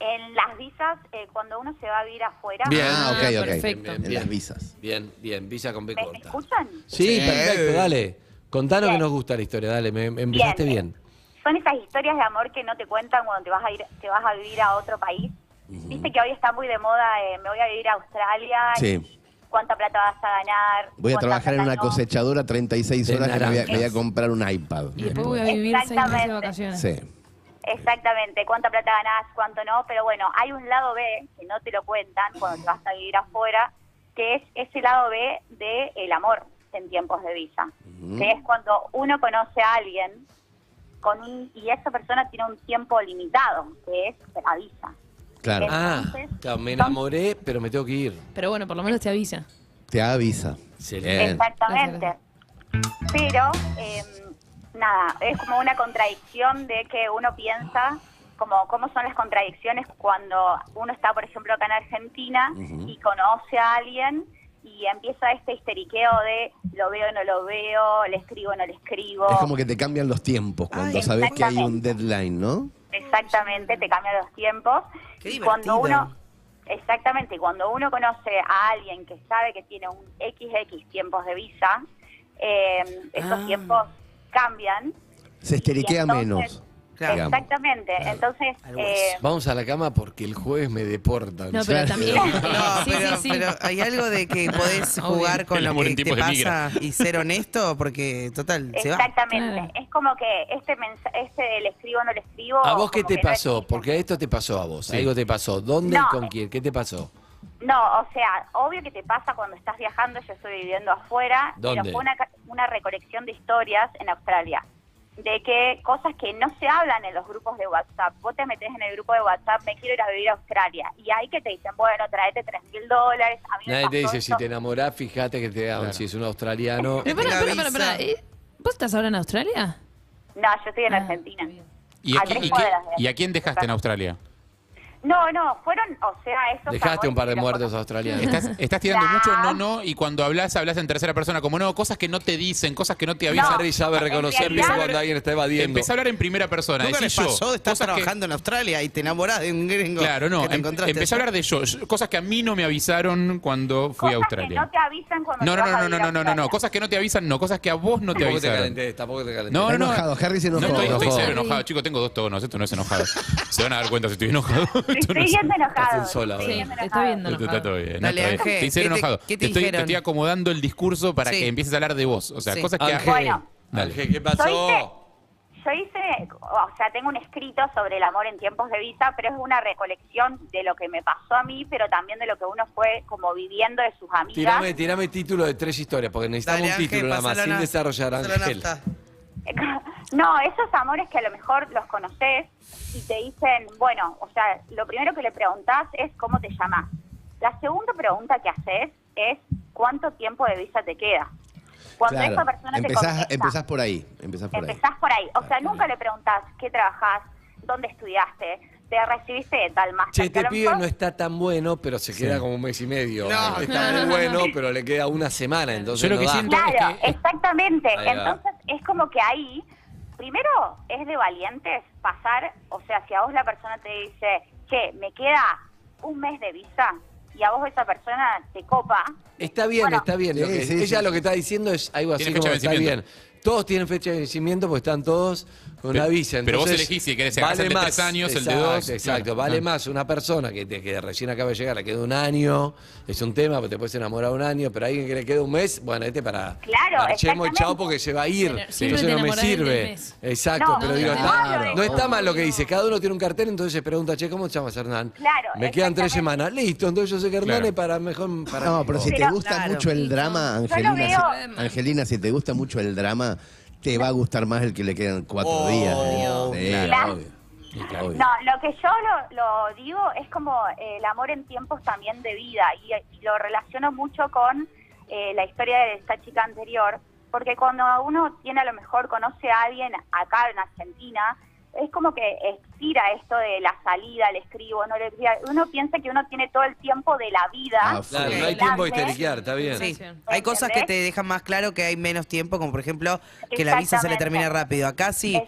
S4: En las visas, eh, cuando uno se va a vivir afuera.
S11: ah, ok, ok. En
S8: bien.
S11: las visas.
S8: Bien, bien, visa con B
S4: ¿Me
S8: corta.
S4: escuchan?
S8: Sí, perfecto, dale. Contanos que nos gusta la historia, dale, me, me empezaste bien.
S4: Son esas historias de amor que no te cuentan cuando te vas a ir, te vas a vivir a otro país. Viste que hoy está muy de moda, eh, me voy a vivir a Australia.
S11: Sí.
S4: ¿Cuánta plata vas a ganar?
S11: Voy a
S4: ¿Cuánta
S11: trabajar en
S4: plata
S11: una
S4: no?
S11: cosechadora 36
S8: De
S11: horas que me voy, a, me voy a
S8: naranjas.
S11: comprar un iPad.
S10: Y después voy a vivir seis meses de vacaciones.
S11: Sí.
S4: Exactamente, cuánta plata ganás, cuánto no, pero bueno, hay un lado B que no te lo cuentan cuando te vas a vivir afuera, que es ese lado B de el amor en tiempos de visa, que es cuando uno conoce a alguien con un, y esa persona tiene un tiempo limitado, que es la visa.
S11: Claro.
S8: Ah, claro, me enamoré, pero me tengo que ir.
S10: Pero Ah, bueno, por lo menos te avisa.
S11: Te avisa. Bien.
S4: Exactamente. Pero, eh, nada, es como una contradicción de que uno piensa como cómo son las contradicciones cuando uno está, por ejemplo, acá en Argentina y conoce a alguien y empieza este histeriqueo de lo veo, no lo veo, le escribo, no le escribo.
S11: Es como que te cambian los tiempos cuando
S4: Ay,
S11: sabes que hay un deadline, ¿no?
S4: Exactamente, te cambian los tiempos. y cuando
S11: divertido.
S4: uno, exactamente, y cuando uno conoce a alguien que sabe que tiene un XX tiempos de visa, eh, esos
S11: Ah.
S4: tiempos cambian.
S11: Se esteriquea
S4: entonces-
S11: menos. digamos.
S4: Exactamente, entonces, eh,
S8: Vamos a la cama porque el jueves me deportan.
S4: No, pero también-
S9: No,
S4: Sí,
S9: pero,
S4: sí, sí.
S9: pero hay algo de que podés jugar con
S8: El
S9: lo
S8: amor
S9: que
S8: en
S9: te
S8: tiempos de migra.
S9: pasa y ser honesto, porque total, se va.
S4: exactamente, es como que este mensaje, este del escribo, no le escribo.
S8: ¿A vos qué
S4: como
S8: te
S4: que no
S8: pasó? Porque esto te pasó a vos. Algo te pasó. ¿Dónde
S4: No,
S8: y con quién? ¿Qué te pasó?
S4: No, o sea, obvio que te pasa cuando estás viajando, yo estoy viviendo afuera,
S8: ¿Dónde?
S4: pero fue una, ca- una recolección de historias en Australia, de que cosas que no se hablan en los grupos de WhatsApp, vos te metes en el grupo de WhatsApp, me quiero ir a vivir a Australia, y ahí que te dicen, bueno, traete tres mil dólares, a mí me
S8: Nadie te
S4: pasó
S8: dice, si
S4: esto.
S8: te enamorás, fíjate que te dan. Si es un australiano.
S10: Pero para, para, para, para, ¿eh? ¿Vos estás ahora en Australia?
S4: No, yo estoy en
S9: Ah,
S4: Argentina.
S12: ¿Y a,
S4: A
S12: quién-
S4: tres
S12: y quién-
S4: cuadras de-
S12: y a quién dejaste en Australia?
S4: No, no, fueron, o sea, esos
S8: Dejaste un par de
S4: amores
S8: muertos australianos.
S12: Estás, estás tirando mucho no, no, y cuando hablas, hablas en tercera persona, como no, cosas que no te dicen, cosas que no te avisan.
S8: Harry sabe reconocer bien cuando alguien está evadiendo.
S12: Empezá a hablar en primera persona.
S8: ¿Nunca les
S12: decís yo,
S8: pasó? Estás
S12: cosas que-
S9: Trabajando en Australia y te enamorás de un gringo.
S12: Claro, no.
S9: que te
S12: em-
S9: encontraste
S12: empecé a
S9: allá.
S12: hablar de yo, yo- cosas que a mí no me avisaron cuando fui a
S4: que
S12: Australia.
S4: no te avisan cuando
S12: No,
S4: te
S12: no,
S4: vas a
S12: no, no,
S4: vivir
S12: no, no, no, no, cosas que no te avisan, no, cosas que a vos no te
S8: Tampoco te
S12: avisaron.
S8: calentés, tampoco te calentés.
S12: No, no,
S11: Está
S12: no.
S11: enojado, Harry se
S12: No,
S11: enojó.
S12: estoy, estoy
S11: Enojó.
S12: cero enojado, chicos, tengo dos tonos, esto no es enojado. Se van a dar cuenta si estoy enojado. Esto no
S4: Estoy
S12: es-
S4: yendo enojado.
S12: Hacen sola,
S4: estoy
S12: ¿verdad?
S4: yendo
S10: Está
S4: enojado.
S10: viendo.
S12: Está- está todo bien,
S9: Dale,
S12: está bien.
S9: Ángel,
S12: Estoy cero
S9: ¿qué te-
S12: enojado.
S9: qué te
S12: estoy,
S9: dijeron?
S12: estoy acomodando el discurso para
S9: Sí.
S12: que empieces a hablar de vos. O sea,
S9: Sí.
S12: cosas que.
S8: Ángel. Bueno.
S12: Dale.
S8: ¿Qué pasó?
S4: Yo hice, o sea, tengo un escrito sobre el amor en tiempos de visa, pero es una recolección de lo que me pasó a mí, pero también de lo que uno fue como viviendo de sus amigas.
S8: Tirame, tirame título de tres historias, porque necesitamos
S9: Dale,
S8: un
S9: Ángel,
S8: título nada más,
S9: pasala
S8: sin
S9: na-
S8: desarrollar,
S9: pasala
S8: Ángel.
S9: nafta.
S4: No, esos amores que a lo mejor los conoces y te dicen, bueno, o sea, lo primero que le preguntás es cómo te llamás. La segunda pregunta que haces es cuánto tiempo de visa te queda. Cuando esa persona te
S11: empezás,
S4: contesta,
S11: empezás por ahí, empezás por ahí. Ah,
S4: empezás por ahí. O sea, nunca le preguntás qué trabajás, dónde estudiaste, te recibiste de tal máster.
S8: Che,
S4: que
S8: este
S4: a lo
S8: pibe no está tan bueno, pero se queda como un mes y medio.
S4: No.
S8: está muy bueno, pero le queda una semana, entonces
S12: Yo lo
S8: no
S12: que
S8: da.
S12: siento
S4: Claro, exactamente.
S8: Ahí va.
S4: Entonces es como que ahí, primero es de valientes pasar, o sea, si a vos la persona te dice, che, me queda un mes de visa y a vos esa persona te copa,
S8: Está bien, está bien. lo
S11: Sí,
S8: que-
S11: sí,
S8: ella
S11: sí.
S8: lo que está diciendo es algo así
S12: Tiene fecha
S8: como
S12: de
S8: está bien.
S12: vencimiento.
S8: Todos tienen fecha de vencimiento porque están todos con
S12: Pe-
S8: una visa.
S12: pero vos
S8: entonces
S12: elegís si querés agarrar el de tres años, el de
S8: exacto,
S12: dos,
S8: Exacto,
S12: claro.
S8: vale
S12: Ah.
S8: más una persona que, te- que recién acaba de llegar, le queda un año, es un tema, porque te puedes enamorar un año, pero alguien que le queda un mes, bueno, este para
S4: Claro,
S8: marchemos y
S4: exactamente.
S8: chao porque se va a ir.
S4: Pero siempre
S8: Entonces no
S4: te
S8: me
S4: enamorás del
S8: sirve.
S4: mes.
S8: Exacto,
S4: No,
S8: pero
S4: no,
S8: digo,
S4: no,
S8: está-
S4: claro.
S8: no está mal lo que dice. Cada uno tiene un cartel, entonces pregunta, che, ¿cómo te llamas Hernán?
S4: Claro,
S8: Me quedan tres semanas. Listo, entonces yo sé que Hernán
S11: Claro.
S8: es para mejor. Para
S11: No, pero si te gusta mucho el drama,
S8: yo lo
S11: Angelina,
S8: veo-
S11: si, Angelina, si te gusta mucho el drama, te va a gustar más el que le quedan cuatro
S8: Oh,
S11: días.
S8: obvio.
S11: Sí,
S4: Claro.
S11: obvio. Obvio.
S4: No, lo que yo lo, lo digo es como eh, el amor en tiempos también de vida y, y lo relaciono mucho con eh, la historia de esta chica anterior, porque cuando uno tiene a lo mejor, conoce a alguien acá en Argentina, es como que estira esto de la salida, le escribo, no le uno piensa que uno tiene todo el tiempo de la vida.
S8: Ah,
S9: Ah,
S8: Claro, no hay tiempo de histeriquear, está bien.
S9: Sí. Hay cosas que te dejan más claro que hay menos tiempo, como por ejemplo que la visa se le
S4: Exactamente.
S9: termina rápido. Acá sí,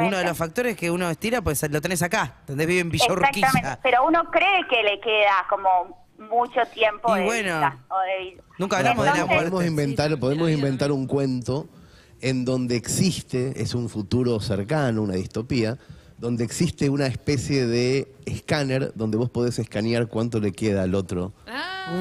S9: uno de los factores que uno estira, pues lo tenés acá, donde vive en
S4: Exactamente,
S9: Villorquiza.
S4: pero uno cree que le queda como mucho tiempo
S9: Y
S4: de
S9: bueno,
S4: vida o de vida.
S9: Nunca
S11: Bueno,
S9: hablamos de la
S11: podemos,
S9: muerte.
S11: podemos inventar, podemos inventar un cuento en donde existe, es un futuro cercano, una distopía, donde existe una especie de escáner donde vos podés escanear cuánto le queda al otro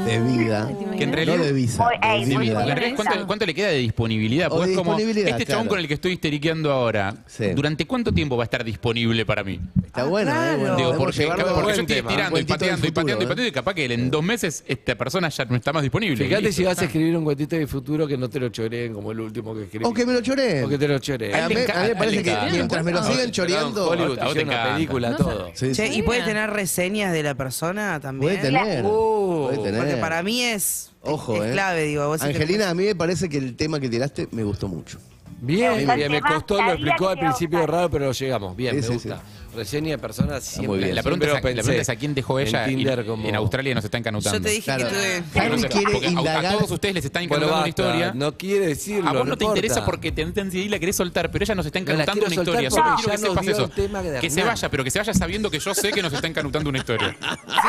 S11: de vida,
S12: Que en realidad-
S11: no de visa, de
S12: En
S11: vida.
S12: realidad, ¿cuánto, cuánto le queda de disponibilidad?
S11: O
S12: Porque
S11: de
S12: es como,
S11: disponibilidad,
S12: este chabón
S11: claro.
S12: con el que estoy histeriqueando ahora, ¿durante cuánto tiempo va a estar disponible para mí?
S11: Está bueno, eh, bueno.
S12: Digo,
S11: podemos
S12: porque,
S11: llevarlo a
S12: porque
S11: buen
S12: yo estoy
S11: tema.
S12: estirando y
S11: Cuentito del
S12: pateando y pateando y
S11: futuro, ¿eh?
S12: pateando y capaz que en dos meses esta persona ya no está más disponible.
S8: Fíjate si vas a
S12: a
S8: escribir un cuentito de futuro que no te lo choreen como el último que escribí.
S11: O que me lo choreen.
S8: O que te lo choreen.
S11: A mí- a mí me parece que mientras me lo sigan
S8: Perdón,
S11: choreando-
S8: Hollywood,
S11: A vos te
S8: hicieron una
S11: encanta.
S8: película,
S11: No
S8: todo.
S11: Sí,
S9: Che,
S11: sí.
S9: ¿y puede tener reseñas de la persona también?
S11: Puede tener,
S9: Uh,
S11: puede tener.
S9: Porque para mí es,
S11: Ojo,
S9: es
S11: eh.
S9: clave, digo. Vos
S11: Angelina, a mí me parece que el tema que tiraste me gustó mucho.
S8: Bien,
S11: Está
S8: bien, me
S11: bien.
S8: costó, lo
S11: La
S8: explicó
S11: vida
S8: al
S11: que te va a
S8: principio raro, pero lo llegamos. Bien,
S11: Sí,
S8: me
S11: sí,
S8: gusta. Reseña de personas siempre.
S11: muy bien.
S12: La pregunta, es a,
S8: siempre
S12: la
S8: pensé
S12: pregunta es a quién dejó
S8: en
S12: ella y-
S8: Tinder como-
S12: en Australia nos están canutando.
S8: Yo te dije que Claro. tuve-
S12: Entonces,
S8: Harry quiere
S12: porque a, a
S8: indagar-
S12: todos ustedes les están
S8: Bueno,
S12: encantando una
S8: basta,
S12: historia.
S8: no quiere decirlo,
S12: A vos no,
S8: no
S12: te
S8: importa.
S12: interesa porque te entendí y la querés soltar, pero ella nos está
S8: No la
S12: encanutando
S8: quiero
S12: una
S8: soltar porque
S12: historia. Solo
S8: ya
S12: quiero que
S8: nos
S12: sepas
S8: dio
S12: eso.
S8: el tema de
S12: que se
S8: Hernán.
S12: vaya, pero que se vaya sabiendo que yo sé que nos está encanutando una historia.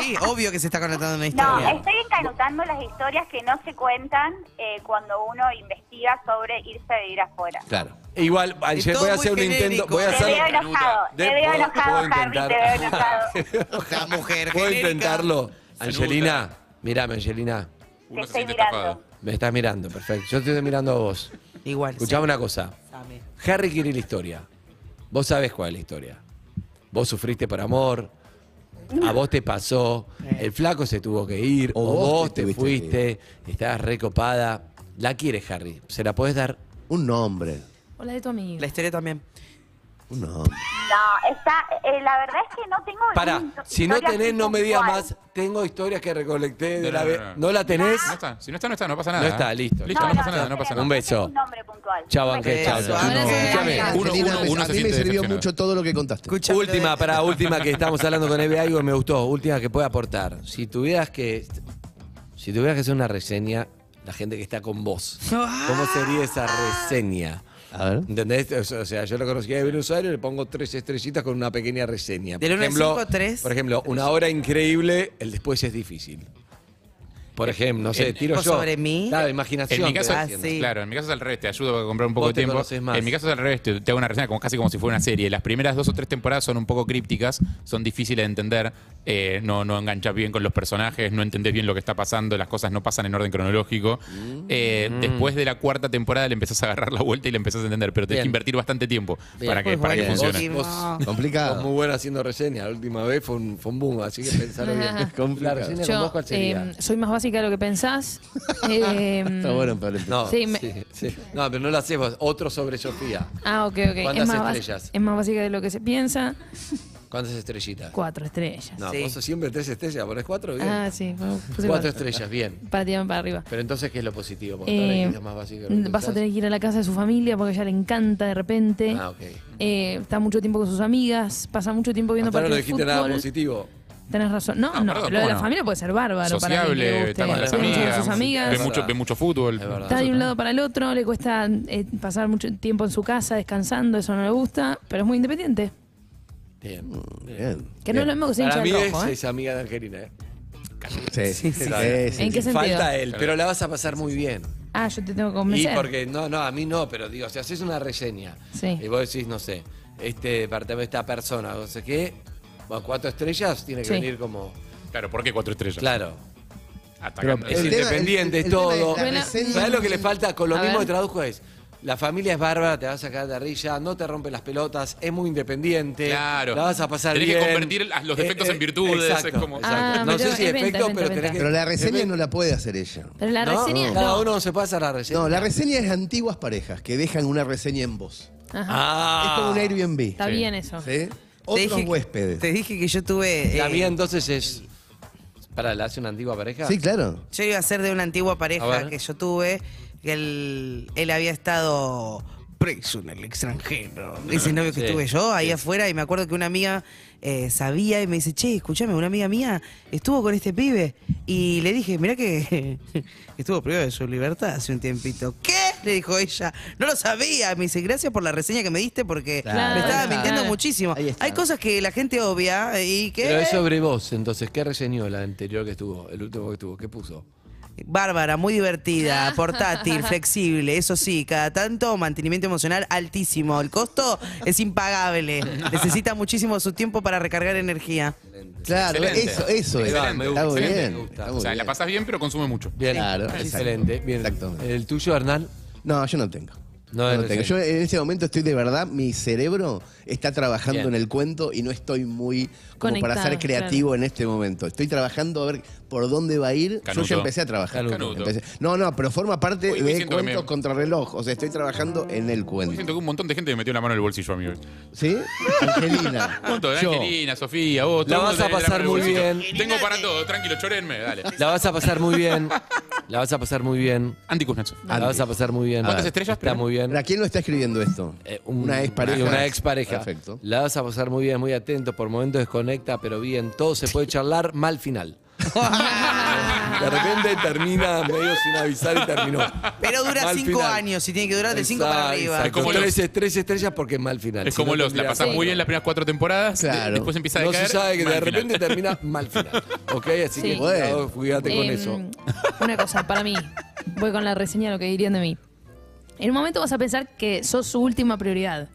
S9: Sí, obvio que se está conectando una
S4: No,
S9: historia.
S4: estoy encanutando las historias que no se cuentan eh, cuando uno investiga sobre irse a vivir afuera.
S8: Claro. E igual, ayer
S4: todo
S8: voy a
S4: muy
S8: hacer un
S4: genérico.
S8: intento. Voy a
S4: Te
S8: hacer.
S4: veo enojado, te
S8: De-
S4: veo
S8: puedo-
S4: enojado,
S8: puedo
S4: Harry, te
S8: intentar-
S4: veo enojado.
S9: La mujer
S8: Puedo
S9: genérica.
S8: intentarlo. Angelina, mirame, Angelina.
S4: Te estoy mirando.
S8: Me estás mirando, perfecto. Yo te estoy mirando a vos.
S9: Igual.
S8: Escuchame una cosa. Harry quiere la historia. Vos sabés cuál es la historia. Vos sufriste por amor. A vos te pasó.
S9: Eh.
S8: El flaco se tuvo que ir. O, vos, te, fuiste. Estabas recopada. La quiere Harry. ¿Se la podés dar?
S11: Un nombre.
S4: O la de tu amigo.
S9: La historia también.
S11: Un nombre.
S4: No, está, eh, la verdad es que no tengo...
S8: Pará,
S4: ningún-
S8: si no
S4: historia
S8: tenés,
S4: así
S8: no me digas
S4: puntual.
S8: más. Tengo historias que recolecté de
S12: No,
S8: la
S12: no,
S8: vez.
S12: no, no.
S8: ¿No la tenés?
S12: No está. Si no está, no está, no pasa nada.
S8: No está, listo.
S12: Listo, no, pasa nada, no pasa nada.
S8: Un beso.
S4: Nombre puntual.
S8: Chao, Ángel, chao.
S11: Beso,
S8: chao.
S11: Ángel.
S8: No, escúchame.
S11: Uno- uno- uno se siente decepcionado. todo lo que contaste.
S8: última, para última que estamos hablando con Eve algo que me gustó, última que puede aportar. Si tuvieras que si tuvieras que hacer una reseña, la gente que está con vos, ¿cómo sería esa reseña?
S11: A ver.
S8: ¿Entendés? O sea, o sea, yo lo conocí a Evelyn Usuario, le pongo tres estrellitas con una pequeña reseña.
S9: Del
S8: Por
S9: uno al
S8: ejemplo,
S9: cinco, tres.
S8: Por ejemplo, una hora increíble, el después es difícil. Por ejemplo, no sé,
S12: En-
S8: tiro yo.
S12: ¿Vos sobre mí?
S8: Claro, imaginación.
S12: En mi caso,
S8: te estoy diciendo.
S12: claro, en mi caso es al revés, te ayudo a comprar un poco
S8: Vos
S12: de
S8: te
S12: tiempo.
S8: conocés más.
S12: En mi caso es al revés, te, te hago una reseña como, casi como si fuera una serie. Las primeras dos o tres temporadas son un poco crípticas, son difíciles de entender, eh, no, no enganchas bien con los personajes, no entendés bien lo que está pasando, las cosas no pasan en orden cronológico. Eh,
S8: Mm.
S12: Después de la cuarta temporada le empezás a agarrar la vuelta y le empezás a entender, pero tenés
S8: Bien.
S12: que invertir bastante tiempo
S8: Bien.
S12: para que, para que
S8: Bien.
S12: funcione.
S8: Vos- vos- vos muy buena haciendo reseña. La última vez fue un, fue un boom, así que pensalo bien.
S10: Ajá.
S8: La reseña con vos,
S10: Yo
S8: ¿cuál sería?
S10: eh, soy más básica de lo que pensás. Eh,
S8: No,
S10: Sí, me-
S8: sí, sí. no, pero no lo haces vos. Otro sobre Sofía.
S10: Ah, ok, ok.
S8: ¿Cuántas
S10: Es más, bas-
S8: estrellas?
S10: es más básica de lo que se piensa.
S8: ¿Cuántas estrellitas?
S10: Cuatro estrellas.
S8: No, vos sos siempre tres estrellas, ponés cuatro, bien.
S10: Ah, sí. Puse
S8: cuatro, estrellas, bien.
S10: Para tirar para arriba.
S8: Pero entonces, ¿qué es lo positivo? Porque ahora hay
S10: Eh,
S8: que estar más básico que
S10: vas a
S8: estás.
S10: tener que ir a la casa de su familia porque a ella le encanta de repente.
S8: Ah, ok.
S10: Eh, está mucho tiempo con sus amigas, pasa mucho tiempo viendo
S8: Hasta ahora
S10: partidos
S8: no
S10: de
S8: dijiste
S10: fútbol.
S8: nada positivo.
S10: Tenés razón. No,
S8: Ah,
S10: no,
S8: perdón,
S10: lo de
S8: ¿cómo
S10: la
S8: no?
S10: familia puede ser bárbaro para alguien que le
S12: Sociable,
S10: guste.
S12: está con las
S10: Está mucho
S12: amigas,
S10: con sus amigas.
S12: Ve, mucho, ve mucho fútbol.
S10: Está de un lado para el otro, le cuesta eh, pasar mucho tiempo en su casa descansando, eso no le gusta, pero es muy independiente.
S8: Bien.
S10: Que no es lo mismo que ser
S8: Para
S10: hincha
S8: mí
S10: del
S8: es,
S10: rojo, ¿eh?
S8: es amiga de Angelina, ¿eh?
S11: Sí, sí, sí, sí, sí. ¿En qué
S8: Falta
S11: sentido?
S8: él, pero la vas a pasar muy bien.
S10: Ah, yo te tengo que
S8: Y
S10: convencer.
S8: porque, no, no, a mí no, pero digo, si haces una reseña
S10: Sí.
S8: y vos decís, no sé, este departamento, esta persona, no sé qué, bueno, cuatro estrellas tiene que
S12: Sí.
S8: venir como.
S12: Claro, ¿por qué cuatro estrellas?
S8: Claro.
S12: Atacando.
S8: es independiente,
S12: el- el tema
S8: todo.
S12: es la Bueno, reseña.
S8: ¿Sabes lo que le falta? Con lo
S12: A
S8: mismo
S12: ver.
S8: que traduzco es. La familia es bárbara, te vas a sacar de rilla, no te rompe las pelotas, es muy independiente.
S12: Claro.
S8: La vas a pasar
S12: Tenés que
S8: bien. Eh,
S12: convertir las- los defectos en virtudes,
S8: Exacto,
S12: es como-
S8: exacto.
S12: Ah,
S8: no sé
S12: mirá,
S8: si
S12: es venta,
S8: defectos,
S12: venta,
S8: pero tenés
S12: venta.
S8: que.
S11: Pero la reseña no la puede hacer ella.
S10: Pero la
S11: ¿No?
S10: reseña.
S11: Cada
S10: No.
S11: uno-
S8: No se puede hacer la reseña.
S11: No, la reseña es antiguas parejas que dejan una reseña en vos.
S10: Ajá.
S8: Ah.
S11: Es como un Airbnb.
S10: Está bien eso.
S11: ¿Sí?
S10: Te
S11: Otros
S10: dije-
S11: huéspedes.
S9: Te dije que yo tuve.
S8: La
S9: eh,
S8: mía entonces es. ¿Para la hace una antigua pareja?
S9: Yo iba a ser de una antigua
S8: A
S9: pareja
S8: ver.
S9: que yo tuve, que él, él había estado preso en el extranjero. Ese novio que
S13: Sí,
S9: tuve yo ahí afuera, y me acuerdo que una amiga eh, sabía y me dice, che, escúchame, una amiga mía estuvo con este pibe. Y le dije, mirá que estuvo privado de su libertad hace un tiempito. ¿Qué? Le dijo ella, no lo sabía. Me dice, gracias por la reseña que me diste porque
S8: Claro,
S9: me estaba
S8: claro.
S9: mintiendo muchísimo. Hay cosas que la gente obvia eh, y que...
S8: Pero es sobre vos, entonces, ¿qué reseñó la anterior que estuvo? El último que estuvo, ¿qué puso?
S9: Bárbara, muy divertida, portátil, flexible, eso sí, cada tanto mantenimiento emocional altísimo. El costo es impagable. Necesita muchísimo su tiempo para recargar energía.
S11: Claro,
S12: Excelente.
S11: eso, eso es.
S12: Excelente,
S11: Está muy
S12: excelente.
S11: bien. está muy
S12: O sea, la
S11: bien.
S12: pasas bien, pero consume mucho.
S8: Bien, excelente. Bien. ¿El tuyo, Hernán?
S11: No, yo no tengo.
S8: No,
S11: No
S8: no
S11: tengo.
S8: sé.
S11: Yo en este momento estoy de verdad, mi cerebro está trabajando
S8: Bien.
S11: en el cuento y no estoy muy como
S8: Conectado,
S11: para ser creativo en este momento. Estoy trabajando a ver por dónde va a ir.
S8: Canuto.
S11: Yo ya empecé a trabajar.
S8: Canuto.
S11: Empecé- No, no, pero forma parte
S12: Uy, me
S11: de
S12: siento que me-
S11: cuento contra reloj. O sea, estoy trabajando en el cuento.
S12: Siento que un montón de gente me metió la mano en el bolsillo a mí hoy.
S11: ¿Sí? Angelina.
S12: Un montón,
S11: Yo.
S12: Angelina, Sofía, vos.
S8: La
S12: todo el
S8: vas a
S12: mundo tenés
S8: pasar
S12: la mano en el
S8: muy
S12: bolsillo. Tengo para todo, tranquilo, chorenme, dale.
S8: La vas a pasar muy bien. La vas a pasar muy bien.
S12: Andy Kuznetsov.
S8: La vas a pasar muy bien.
S11: ¿Cuántas
S8: estrellas? Está muy bien.
S11: ¿A quién lo está escribiendo esto? una ex pareja.
S8: Eh, Una ex pareja.
S11: Perfecto.
S8: La vas a pasar muy bien, muy atento. Por momentos desconecta, pero bien. Todo se puede charlar, mal final. De repente termina medio sin avisar y terminó.
S9: Pero dura
S8: Mal
S9: cinco
S8: final.
S9: años y tiene que durar de cinco
S8: Exacto,
S9: para arriba.
S8: exacto.
S12: Es como
S8: tres, tres estrellas porque es mal final.
S12: Es
S8: Si
S12: como
S8: no
S12: los, la
S8: termina
S12: pasás
S8: así.
S12: muy bien las primeras cuatro temporadas, de-
S8: Claro.
S12: después empieza a
S8: No
S12: decaer.
S8: se sabe que
S12: mal
S8: de
S12: final.
S8: repente termina mal final. ¿Ok? Así que
S10: Sí.
S8: cuidado, cuídate con
S10: Em,
S8: eso.
S10: Una cosa, para mí, voy con la reseña de lo que dirían de mí. En un momento vas a pensar que sos su última prioridad.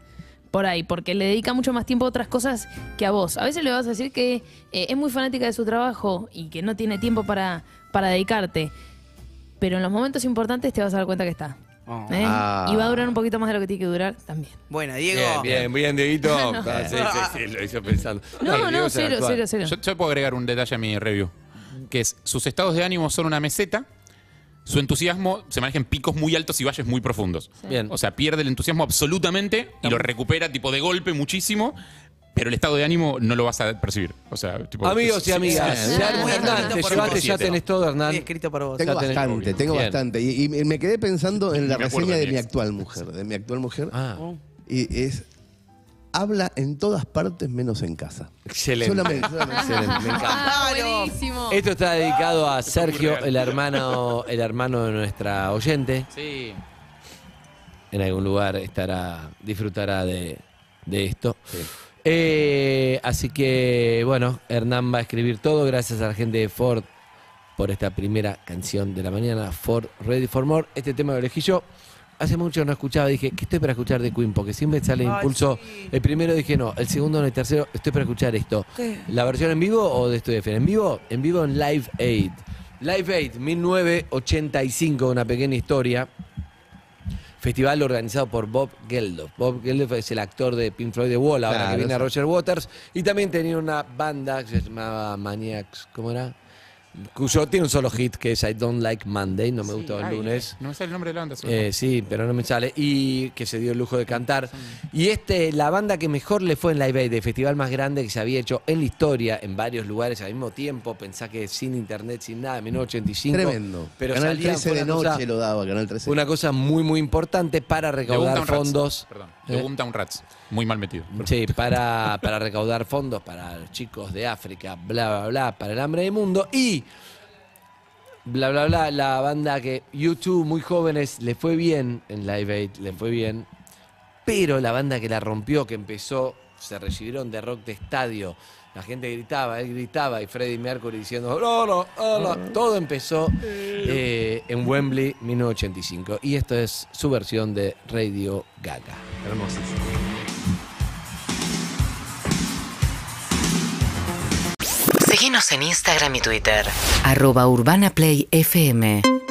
S10: Por ahí, porque le dedica mucho más tiempo a otras cosas que a vos. A veces le vas a decir que eh, es muy fanática de su trabajo y que no tiene tiempo para, para dedicarte. Pero en los momentos importantes te vas a dar cuenta que está. ¿eh?
S8: Ah.
S10: Y va a durar un poquito más de lo que tiene que durar también.
S9: Buena,
S8: Bien, bien, bien, Dieguito. Ah, sí, sí, sí, lo hizo pensando.
S10: No,
S8: Diego
S10: no,
S8: es el
S10: cero,
S8: actual.
S10: cero, cero.
S12: Yo, yo puedo agregar un detalle a mi review, que es sus estados de ánimo son una meseta, su entusiasmo se maneja en picos muy altos y valles muy profundos.
S8: Bien.
S12: O sea, pierde el entusiasmo absolutamente y lo recupera tipo de golpe muchísimo, pero el estado de ánimo no lo vas a percibir. O sea, tipo,
S8: Amigos y
S12: sí,
S8: amigas,
S12: sí, sí.
S8: ya Hernán, te llevaste, ya tenés todo, Hernán.
S9: escrito para vos.
S11: Tengo
S8: Ya tenés-
S11: bastante, tengo
S8: Bien.
S11: bastante. Y, y me me quedé pensando en la
S8: me acuerdo
S11: reseña
S8: de
S11: de
S8: mi
S11: mi
S8: ex.
S11: actual mujer. De mi actual mujer.
S8: Ah.
S11: Y es. Habla en todas partes menos en casa.
S8: Excelente.
S11: Solamente, solamente.
S8: Excelente, me encanta.
S12: Ah,
S10: Buenísimo.
S8: Esto está dedicado a Sergio, el hermano, el hermano de nuestra oyente.
S12: Sí.
S8: En algún lugar estará, disfrutará de, de esto. Eh, así que, bueno, Hernán va a escribir todo. Gracias a la gente de Ford por esta primera canción de la mañana, Ford Ready for More. Este tema lo elegí yo. Hace mucho no escuchaba, dije, ¿qué estoy para escuchar de Queen? Porque siempre sale
S12: Ay,
S8: impulso. El primero dije no, el segundo no, el tercero, estoy para escuchar esto.
S12: ¿Qué?
S8: ¿La versión en vivo o de Estudio FM? En vivo, en vivo en Live Aid. Live Aid, 1985, una pequeña historia. Festival organizado por Bob Geldof. Bob Geldof es el actor de Pink Floyd de Wall, ahora
S11: Claro,
S8: que viene
S11: sí.
S8: Roger Waters. Y también tenía una banda que se llamaba Maniacs, ¿cómo era? Cuyo tiene un solo hit que es I Don't Like Monday, no me
S12: Sí,
S8: gusta el
S12: ay, eh.
S8: lunes.
S12: No me sale el nombre de la banda. solo.
S8: Eh, sí, pero no me sale. Y que se dio el lujo de cantar. Y este, la banda que mejor le fue en Live Aid, el festival más grande que se había hecho en la historia, en varios lugares al mismo tiempo. Pensá que sin internet, sin nada, en 1985.
S11: Tremendo.
S8: Pero
S11: Canal
S8: salían,
S11: 13
S8: fue
S11: de
S8: una cosa-
S11: noche lo daba, Canal 13.
S8: Una cosa muy, muy importante para recaudar
S12: Boomtown Rats.
S8: fondos. ¿eh?
S12: Perdón, de Boomtown Rats. Muy mal metido.
S8: Sí, para, para recaudar fondos para los chicos de África, bla, bla, bla, para el hambre del mundo. Y, bla, bla, bla, la banda que YouTube, muy jóvenes, le fue bien en Live Aid, le fue bien. Pero la banda que la rompió, que empezó, se recibieron de rock de estadio. La gente gritaba, él gritaba y Freddie Mercury diciendo, no, no, no, no". todo empezó eh, en Wembley 1985. Y esto es su versión de Radio Gaga. Hermosísimo.
S3: Seguinos en Instagram y Twitter.
S20: Arroba Urbana Play FM.